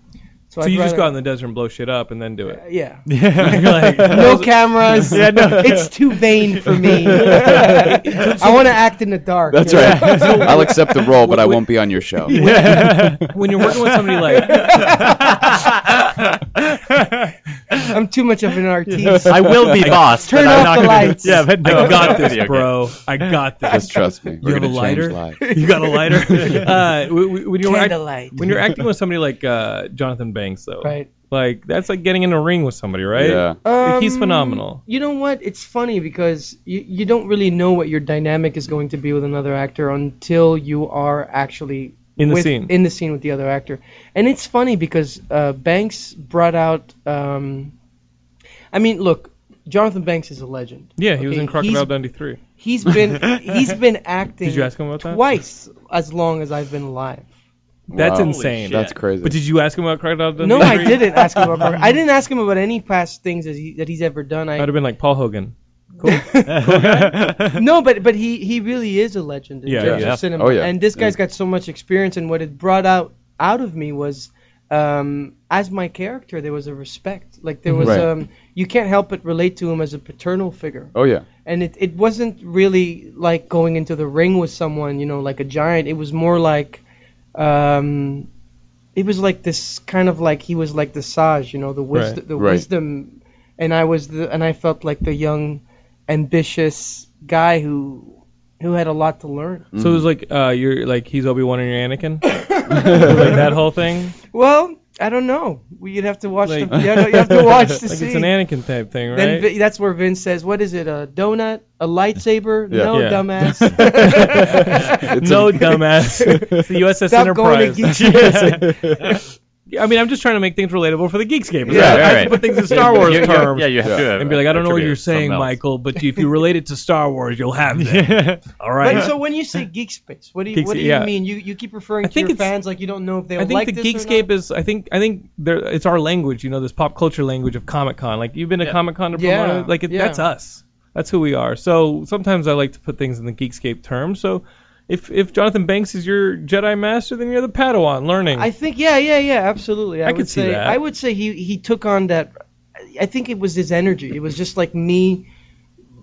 [SPEAKER 1] So
[SPEAKER 4] I'd
[SPEAKER 1] you just
[SPEAKER 4] rather-
[SPEAKER 1] go out in the desert and blow shit up and then do it.
[SPEAKER 4] yeah.
[SPEAKER 1] Like,
[SPEAKER 4] No cameras. It's too vain for me. I want to act in the dark.
[SPEAKER 3] That's
[SPEAKER 4] you know?
[SPEAKER 3] right. I'll accept the role, but I won't be on your show.
[SPEAKER 1] when you're working with somebody like,
[SPEAKER 4] I'm too much of an artiste.
[SPEAKER 2] I will be boss.
[SPEAKER 4] Turn
[SPEAKER 2] but
[SPEAKER 4] off
[SPEAKER 2] I'm not
[SPEAKER 4] the
[SPEAKER 2] gonna do-
[SPEAKER 4] lights.
[SPEAKER 2] Yeah, but no,
[SPEAKER 1] I got
[SPEAKER 2] okay.
[SPEAKER 1] this, bro. I got this.
[SPEAKER 3] Just trust me. We're
[SPEAKER 1] have
[SPEAKER 3] gonna
[SPEAKER 1] a lighter?
[SPEAKER 3] change lives.
[SPEAKER 1] You got a lighter. Uh, w- w- when you're act-
[SPEAKER 4] Candlelight.
[SPEAKER 1] when you're acting with somebody like uh, Jonathan Banks, though,
[SPEAKER 4] Right.
[SPEAKER 1] Like that's like getting in a ring with somebody, right?
[SPEAKER 3] Yeah.
[SPEAKER 1] Like, he's
[SPEAKER 4] Um,
[SPEAKER 1] phenomenal.
[SPEAKER 4] You know what? It's funny because you, you don't really know what your dynamic is going to be with another actor until you are actually
[SPEAKER 1] In the
[SPEAKER 4] with-
[SPEAKER 1] scene.
[SPEAKER 4] In the scene with the other actor, and it's funny because uh, Banks brought out. Um, I mean, look, Jonathan Banks is a legend.
[SPEAKER 1] Yeah, he was
[SPEAKER 4] Okay,
[SPEAKER 1] in Crocodile
[SPEAKER 4] he's-
[SPEAKER 1] Dundee three.
[SPEAKER 4] He's been he's been acting.
[SPEAKER 1] Did you ask him about that?
[SPEAKER 4] Twice as long as I've been alive.
[SPEAKER 1] That's
[SPEAKER 3] Wow.
[SPEAKER 1] insane.
[SPEAKER 3] That's crazy.
[SPEAKER 1] But did you ask him about Crocodile Dundee?
[SPEAKER 4] No, I
[SPEAKER 1] three?
[SPEAKER 4] didn't ask him about. I didn't ask him about any past things that, he, that he's ever done.
[SPEAKER 1] I'd
[SPEAKER 4] I
[SPEAKER 1] have been like Paul Hogan.
[SPEAKER 4] no, but but he he really is a legend in
[SPEAKER 1] Yeah,
[SPEAKER 4] terms
[SPEAKER 1] yeah.
[SPEAKER 4] of cinema.
[SPEAKER 3] Oh, yeah.
[SPEAKER 4] And this guy's got so much experience, and what it brought out out of me was, um, as my character, there was a respect. Like there was,
[SPEAKER 3] Right.
[SPEAKER 4] um, you can't help but relate to him as a paternal figure.
[SPEAKER 3] Oh yeah.
[SPEAKER 4] And it it wasn't really like going into the ring with someone, you know, like a giant. It was more like, um. It was like this kind of like he was like the sage, you know, the wisdom,
[SPEAKER 1] Right.
[SPEAKER 4] the
[SPEAKER 3] Right.
[SPEAKER 4] wisdom and I was the and I felt like the young, ambitious guy who who had a lot to learn.
[SPEAKER 1] So it was like uh, you're like he's Obi Wan and you're Anakin, like that whole thing.
[SPEAKER 4] Well, I don't know. We- You'd have to watch.
[SPEAKER 1] Like-
[SPEAKER 4] the, yeah, no, you have to watch to
[SPEAKER 1] like
[SPEAKER 4] see.
[SPEAKER 1] it's an Anakin type thing, right?
[SPEAKER 4] then Vi- that's where Vince says, "What is it? A donut? A lightsaber?
[SPEAKER 3] Yeah.
[SPEAKER 4] No,
[SPEAKER 1] Yeah.
[SPEAKER 4] dumbass.
[SPEAKER 1] no, dumbass. It's the USS
[SPEAKER 4] Stop
[SPEAKER 1] Enterprise.
[SPEAKER 4] going to
[SPEAKER 1] I mean, I'm just trying to make things relatable for the Geekscape.
[SPEAKER 2] Yeah,
[SPEAKER 1] I have
[SPEAKER 2] right.
[SPEAKER 1] to put things in Star Wars
[SPEAKER 2] You- you-
[SPEAKER 1] terms.
[SPEAKER 2] Yeah, you have
[SPEAKER 3] Yeah.
[SPEAKER 2] to. have-
[SPEAKER 1] And be like, I don't know what
[SPEAKER 2] attribute
[SPEAKER 1] you're saying,
[SPEAKER 2] something else.
[SPEAKER 1] Michael, but if you relate it to Star Wars, you'll have that. All right.
[SPEAKER 4] But so when you say geek space, what do you
[SPEAKER 1] Geek
[SPEAKER 4] what do
[SPEAKER 1] spa-
[SPEAKER 4] you
[SPEAKER 1] yeah.
[SPEAKER 4] mean? You you keep referring
[SPEAKER 1] I
[SPEAKER 4] to
[SPEAKER 1] think
[SPEAKER 4] your
[SPEAKER 1] it's-
[SPEAKER 4] fans like you don't know if they'll
[SPEAKER 1] I think
[SPEAKER 4] like
[SPEAKER 1] the
[SPEAKER 4] this or
[SPEAKER 1] Geekscape
[SPEAKER 4] not.
[SPEAKER 1] is. I think I think there, it's our language. You know, this pop culture language of Comic Con. Like you've been to
[SPEAKER 2] Yeah.
[SPEAKER 1] Comic Con to
[SPEAKER 4] Yeah,
[SPEAKER 1] promote. it? Like it,
[SPEAKER 4] yeah.
[SPEAKER 1] that's us. That's who we are. So sometimes I like to put things in the Geekscape terms. So if if Jonathan Banks is your Jedi Master, then you're the Padawan learning.
[SPEAKER 4] I think yeah, yeah, yeah, absolutely. I,
[SPEAKER 1] I
[SPEAKER 4] would
[SPEAKER 1] could see
[SPEAKER 4] say
[SPEAKER 1] that.
[SPEAKER 4] I would say he he took on that I think it was his energy. It was just like me,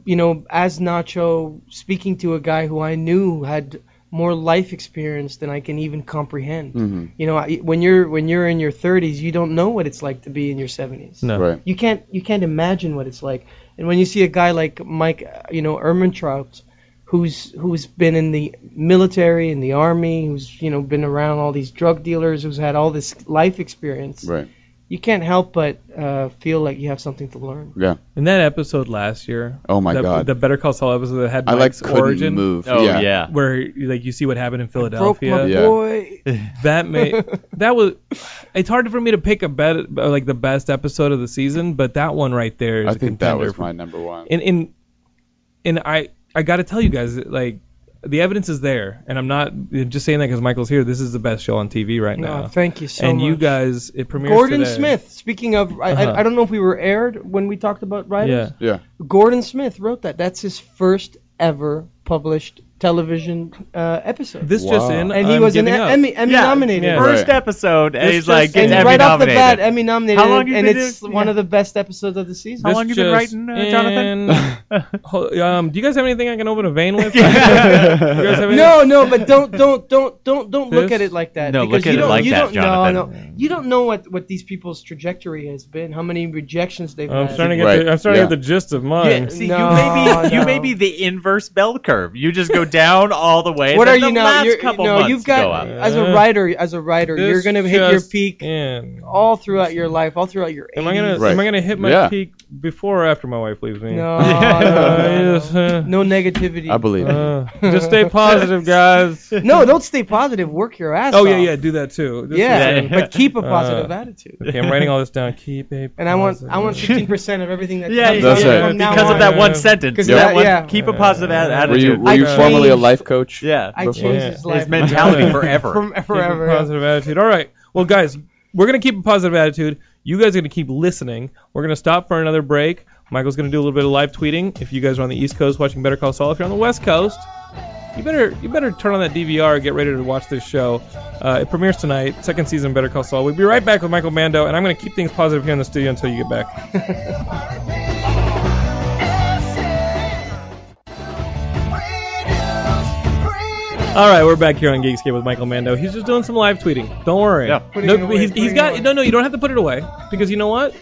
[SPEAKER 4] you know, as Nacho speaking to a guy who I knew had more life experience than I can even comprehend.
[SPEAKER 3] Mm-hmm.
[SPEAKER 4] You know, I, when you're when you're in your 30s, you don't know what it's like to be in your 70s.
[SPEAKER 1] no.
[SPEAKER 3] Right.
[SPEAKER 4] You can't you can't imagine what it's like. And when you see a guy like Mike, uh, you know, Ermentrout, who's who's been in the military in the army, who's you know been around all these drug dealers, who's had all this life experience,
[SPEAKER 3] Right.
[SPEAKER 4] you can't help but uh, feel like you have something to learn.
[SPEAKER 3] Yeah.
[SPEAKER 1] In that episode last year.
[SPEAKER 3] Oh my
[SPEAKER 1] the,
[SPEAKER 3] God.
[SPEAKER 1] The Better Call Saul episode that had
[SPEAKER 3] I like
[SPEAKER 1] Mike's
[SPEAKER 3] couldn't
[SPEAKER 1] origin,
[SPEAKER 3] move.
[SPEAKER 2] Oh
[SPEAKER 3] yeah.
[SPEAKER 2] yeah.
[SPEAKER 1] where like you see what happened in
[SPEAKER 4] Broke
[SPEAKER 1] Philadelphia.
[SPEAKER 4] my
[SPEAKER 3] Yeah.
[SPEAKER 4] boy.
[SPEAKER 1] That may that was. It's hard for me to pick a bet like the best episode of the season, but that one right there is
[SPEAKER 3] I
[SPEAKER 1] a
[SPEAKER 3] think that
[SPEAKER 1] contender
[SPEAKER 3] was
[SPEAKER 1] for
[SPEAKER 3] my number one.
[SPEAKER 1] and and and I I got to tell you guys that, like the evidence is there, and I'm not just saying that because Michael's here. This is the best show on TV right
[SPEAKER 4] No,
[SPEAKER 1] now.
[SPEAKER 4] thank you so
[SPEAKER 1] and
[SPEAKER 4] much.
[SPEAKER 1] you guys, it premieres
[SPEAKER 4] Gordon
[SPEAKER 1] today.
[SPEAKER 4] Smith. Speaking of, I,
[SPEAKER 1] Uh-huh.
[SPEAKER 4] I, I don't know if we were aired when we talked about writers.
[SPEAKER 1] Yeah.
[SPEAKER 3] yeah.
[SPEAKER 4] Gordon Smith wrote that. That's his first ever published television uh, episode.
[SPEAKER 1] This just
[SPEAKER 3] Wow.
[SPEAKER 1] in, I'm
[SPEAKER 4] and he was an
[SPEAKER 1] giving up.
[SPEAKER 4] Emmy, Emmy
[SPEAKER 2] Yeah.
[SPEAKER 4] nominated.
[SPEAKER 1] Yeah.
[SPEAKER 3] Right.
[SPEAKER 2] First episode, and
[SPEAKER 1] It's
[SPEAKER 2] he's like,
[SPEAKER 1] just-
[SPEAKER 2] gets
[SPEAKER 4] And
[SPEAKER 1] It's
[SPEAKER 2] Emmy
[SPEAKER 4] right off the
[SPEAKER 2] nominated.
[SPEAKER 4] bat, Emmy nominated,
[SPEAKER 2] How long you
[SPEAKER 4] and
[SPEAKER 2] been
[SPEAKER 4] it's
[SPEAKER 2] doing-
[SPEAKER 4] one
[SPEAKER 2] yeah.
[SPEAKER 4] of the best episodes of the season.
[SPEAKER 2] How long you been
[SPEAKER 1] just
[SPEAKER 2] writing, uh, Jonathan?
[SPEAKER 1] in- Hold- um, do you guys have anything I can open a vein with? You guys have
[SPEAKER 4] no, no, but don't, don't, don't, don't, don't look
[SPEAKER 1] This?
[SPEAKER 4] at it like that.
[SPEAKER 2] No,
[SPEAKER 4] because
[SPEAKER 2] look at
[SPEAKER 4] you
[SPEAKER 2] it
[SPEAKER 4] don't,
[SPEAKER 2] like
[SPEAKER 4] you
[SPEAKER 2] that,
[SPEAKER 4] don't, No,
[SPEAKER 2] Jonathan.
[SPEAKER 4] no, you don't know what, what these people's trajectory has been, how many rejections they've
[SPEAKER 1] I'm
[SPEAKER 4] had.
[SPEAKER 1] starting to get
[SPEAKER 3] Right.
[SPEAKER 1] the, I'm starting to
[SPEAKER 3] Yeah.
[SPEAKER 1] get the gist of mine.
[SPEAKER 4] Yeah.
[SPEAKER 2] See,
[SPEAKER 4] No,
[SPEAKER 2] you may be you
[SPEAKER 4] no.
[SPEAKER 2] may be the inverse bell curve. You just go down all the way. and
[SPEAKER 4] what
[SPEAKER 2] then
[SPEAKER 4] are you
[SPEAKER 2] the
[SPEAKER 4] now?
[SPEAKER 2] Last
[SPEAKER 4] You're,
[SPEAKER 2] couple
[SPEAKER 4] no,
[SPEAKER 2] months
[SPEAKER 4] you've
[SPEAKER 2] go up.
[SPEAKER 4] got as a
[SPEAKER 1] Uh,
[SPEAKER 4] writer, as a writer, you're
[SPEAKER 1] This
[SPEAKER 4] gonna hit your
[SPEAKER 1] just
[SPEAKER 4] peak
[SPEAKER 1] in.
[SPEAKER 4] all throughout your life, all throughout your. 80s.
[SPEAKER 1] Am I gonna
[SPEAKER 3] Right.
[SPEAKER 1] am I gonna hit my
[SPEAKER 3] Yeah.
[SPEAKER 1] peak before or after my wife leaves me?
[SPEAKER 4] No,
[SPEAKER 1] Uh,
[SPEAKER 4] no,
[SPEAKER 1] yes,
[SPEAKER 4] no,
[SPEAKER 1] uh,
[SPEAKER 4] no. no negativity.
[SPEAKER 3] I believe it.
[SPEAKER 1] uh, just stay positive, guys.
[SPEAKER 4] No, don't stay positive. Work your ass
[SPEAKER 1] Oh
[SPEAKER 4] off.
[SPEAKER 1] yeah, yeah, do that too. This
[SPEAKER 4] yeah,
[SPEAKER 1] is, uh,
[SPEAKER 4] but keep a positive attitude.
[SPEAKER 1] Okay, I'm writing all this down. Keep a
[SPEAKER 4] And I want
[SPEAKER 1] positive-
[SPEAKER 4] I want 15% of everything that
[SPEAKER 2] Yeah,
[SPEAKER 4] comes
[SPEAKER 3] That's
[SPEAKER 4] out
[SPEAKER 3] right.
[SPEAKER 4] from now
[SPEAKER 2] because
[SPEAKER 4] on.
[SPEAKER 2] of that one
[SPEAKER 1] Yeah.
[SPEAKER 2] sentence.
[SPEAKER 4] 'Cause
[SPEAKER 2] That
[SPEAKER 4] that-
[SPEAKER 2] one,
[SPEAKER 4] yeah.
[SPEAKER 2] Keep a positive at-
[SPEAKER 1] Were
[SPEAKER 3] Were
[SPEAKER 2] attitude.
[SPEAKER 3] you, were you
[SPEAKER 4] I
[SPEAKER 3] formerly a
[SPEAKER 4] changed-
[SPEAKER 3] life coach?
[SPEAKER 2] yeah,
[SPEAKER 4] I
[SPEAKER 3] Before-
[SPEAKER 4] changed
[SPEAKER 1] Yeah.
[SPEAKER 4] his life
[SPEAKER 2] his mentality
[SPEAKER 4] from
[SPEAKER 2] forever.
[SPEAKER 1] Keep a
[SPEAKER 4] forever.
[SPEAKER 1] positive attitude. All right. Well, guys, we're gonna keep a positive attitude. You guys are gonna keep listening. We're gonna stop for another break. Michael's gonna do a little bit of live tweeting. If you guys are on the East Coast watching Better Call Saul, if you're on the West Coast, you better you better turn on that DVR and get ready to watch this show. Uh, it premieres tonight, second season of Better Call Saul. We'll be right back with Michael Mando, and I'm gonna keep things positive here in the studio until you get back. All right, we're back here on Geekscape with Michael Mando. He's just doing some live tweeting. Don't worry.
[SPEAKER 2] Yeah.
[SPEAKER 4] Putting
[SPEAKER 1] No,
[SPEAKER 4] it away,
[SPEAKER 1] he's,
[SPEAKER 4] putting
[SPEAKER 1] he's
[SPEAKER 4] it
[SPEAKER 1] got
[SPEAKER 4] away.
[SPEAKER 1] no, no. You don't have to put it away because you know what?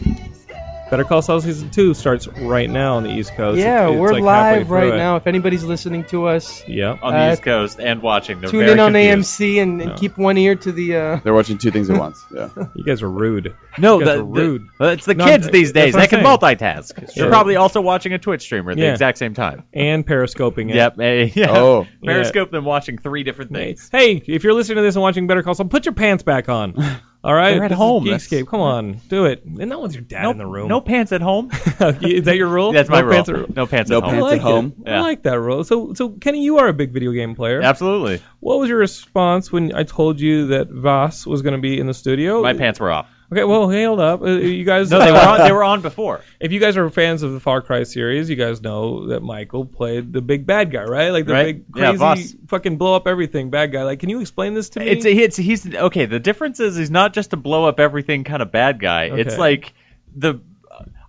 [SPEAKER 1] Better Call Saul season two starts right now on the East Coast.
[SPEAKER 4] Yeah,
[SPEAKER 1] It's- it's
[SPEAKER 4] we're
[SPEAKER 1] like halfway
[SPEAKER 4] live
[SPEAKER 1] through
[SPEAKER 4] right
[SPEAKER 1] it.
[SPEAKER 4] now. If anybody's listening to us,
[SPEAKER 1] Yeah.
[SPEAKER 2] on the
[SPEAKER 4] Uh,
[SPEAKER 2] East Coast and watching. They're
[SPEAKER 4] tune
[SPEAKER 2] very
[SPEAKER 4] in on
[SPEAKER 2] confused.
[SPEAKER 4] AMC and, and
[SPEAKER 1] No.
[SPEAKER 4] keep one ear to the. Uh,
[SPEAKER 3] They're watching two things at once. Yeah.
[SPEAKER 1] You guys are rude.
[SPEAKER 2] No,
[SPEAKER 1] You guys
[SPEAKER 2] the,
[SPEAKER 1] are rude.
[SPEAKER 2] the- it's the
[SPEAKER 1] No,
[SPEAKER 2] kids
[SPEAKER 1] I'm-
[SPEAKER 2] these
[SPEAKER 1] that's
[SPEAKER 2] days.
[SPEAKER 1] what
[SPEAKER 2] They can
[SPEAKER 1] I'm
[SPEAKER 2] multitask.
[SPEAKER 1] Sure.
[SPEAKER 2] They're probably also watching a Twitch streamer at the
[SPEAKER 1] Yeah.
[SPEAKER 2] exact same time.
[SPEAKER 1] And periscoping it.
[SPEAKER 2] Yep. eh, yeah.
[SPEAKER 3] Oh.
[SPEAKER 2] Periscope them watching three different things.
[SPEAKER 1] Hey, if you're listening to this and watching Better Call Saul, put your pants back on. All right.
[SPEAKER 2] They're at
[SPEAKER 1] This is
[SPEAKER 2] home.
[SPEAKER 1] Geekscape. Come on, do it. And no one's your dad
[SPEAKER 2] No,
[SPEAKER 1] in the room.
[SPEAKER 2] no pants at home.
[SPEAKER 1] is that your rule?
[SPEAKER 2] That's my
[SPEAKER 1] no
[SPEAKER 2] rule.
[SPEAKER 1] Pants are-
[SPEAKER 2] no pants
[SPEAKER 3] No
[SPEAKER 2] at home.
[SPEAKER 1] I
[SPEAKER 3] Pants
[SPEAKER 1] like
[SPEAKER 3] at home.
[SPEAKER 1] it. I
[SPEAKER 2] Yeah.
[SPEAKER 1] like that rule. So, so Kenny, you are a big video game player.
[SPEAKER 2] Absolutely.
[SPEAKER 1] What was your response when I told you that Voss was going to be in the studio?
[SPEAKER 2] My pants were off.
[SPEAKER 1] Okay, well, hey, hold up. Uh, you guys,
[SPEAKER 2] No, they were on, they were on before.
[SPEAKER 1] if you guys are fans of the Far Cry series, you guys know that Michael played the big bad guy, right? Like the
[SPEAKER 2] Right.
[SPEAKER 1] big
[SPEAKER 2] Yeah,
[SPEAKER 1] crazy
[SPEAKER 2] Voss.
[SPEAKER 1] fucking blow up everything bad guy. Like, can you explain this to me?
[SPEAKER 2] It's it's he's okay. The difference is he's not just a blow up everything kind of bad guy. It's
[SPEAKER 1] Okay.
[SPEAKER 2] like the